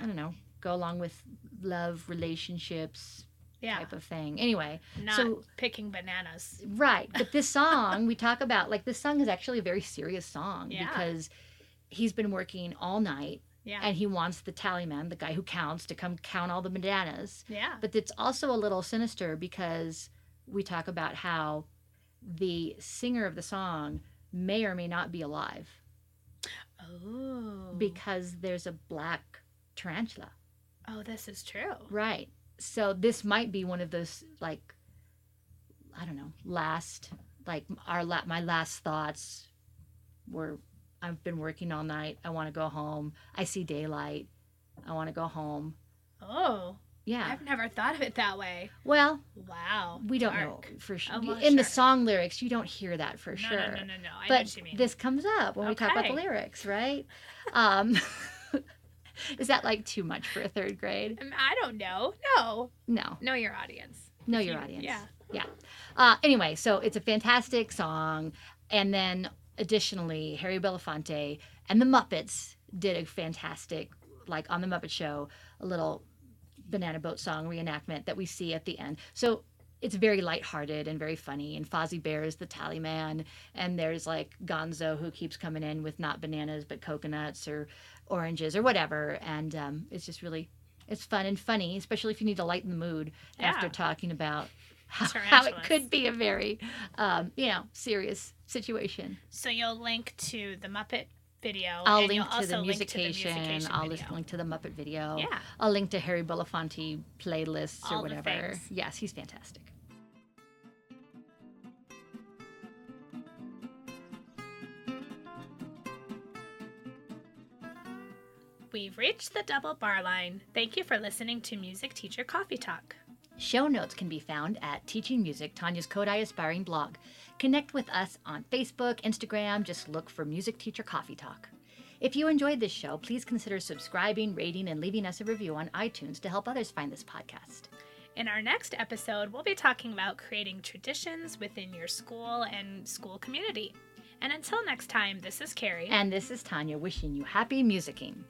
B: I don't know, go along with love, relationships
A: Yeah.
B: type of thing. Anyway,
A: Not
B: so-
A: picking bananas.
B: Right. But this song we talk about, like this song is actually a very serious song
A: Yeah.
B: because he's been working all night
A: Yeah.
B: and he wants the tallyman, the guy who counts, to come count all the bananas.
A: yeah.
B: But it's also a little sinister because we talk about how the singer of the song may or may not be alive
A: Oh.
B: because there's a black tarantula.
A: oh, this is true.
B: Right. So this might be one of those like I don't know, last like our la- my last thoughts were I've been working all night. I want to go home. I see daylight. I want to go home.
A: Oh,
B: Yeah.
A: I've never thought of it that way.
B: Well,
A: Wow.
B: we don't
A: dark.
B: know for sure.
A: Oh, well,
B: In the
A: sure.
B: song lyrics, you don't hear that for
A: No,
B: sure.
A: no, no, no, no. I know
B: but
A: what you mean.
B: this comes up when we talk about the
A: Okay.
B: lyrics, right? Um Is that like too much for a third grade?
A: Um, I don't know. No.
B: No.
A: Know your audience.
B: Know
A: If
B: your
A: you-
B: audience.
A: Yeah.
B: Uh, anyway, so it's a fantastic song. And then additionally, Harry Belafonte and the Muppets did a fantastic, like on the Muppet Show, a little banana boat song reenactment that we see at the end. So it's very lighthearted and very funny. And Fozzie Bear is the tally man. And there's like Gonzo who keeps coming in with not bananas, but coconuts or oranges or whatever. And um, it's just really, it's fun and funny, especially if you need to lighten the mood after
A: Yeah.
B: talking about how, how it
A: Tarantulas.
B: could be a very, um, you know, serious situation.
A: So you'll link to the Muppet video.
B: I'll
A: and
B: link
A: you'll
B: to the
A: also link to the
B: musication.
A: Musication
B: I'll
A: video.
B: link to the Muppet video.
A: Yeah.
B: I'll link to Harry Belafonte playlists or
A: All the
B: whatever.
A: things.
B: Yes, he's fantastic.
A: We've reached the double bar line. Thank you for listening to Music Teacher Coffee Talk.
B: Show notes can be found at Teaching Music, Tanya's Kodai Aspiring blog. Connect with us on Facebook, Instagram, just look for Music Teacher Coffee Talk. If you enjoyed this show, please consider subscribing, rating, and leaving us a review on iTunes to help others find this podcast.
A: In our next episode, we'll be talking about creating traditions within your school and school community. And until next time, this is Carrie.
B: And this is Tanya wishing you happy musicking.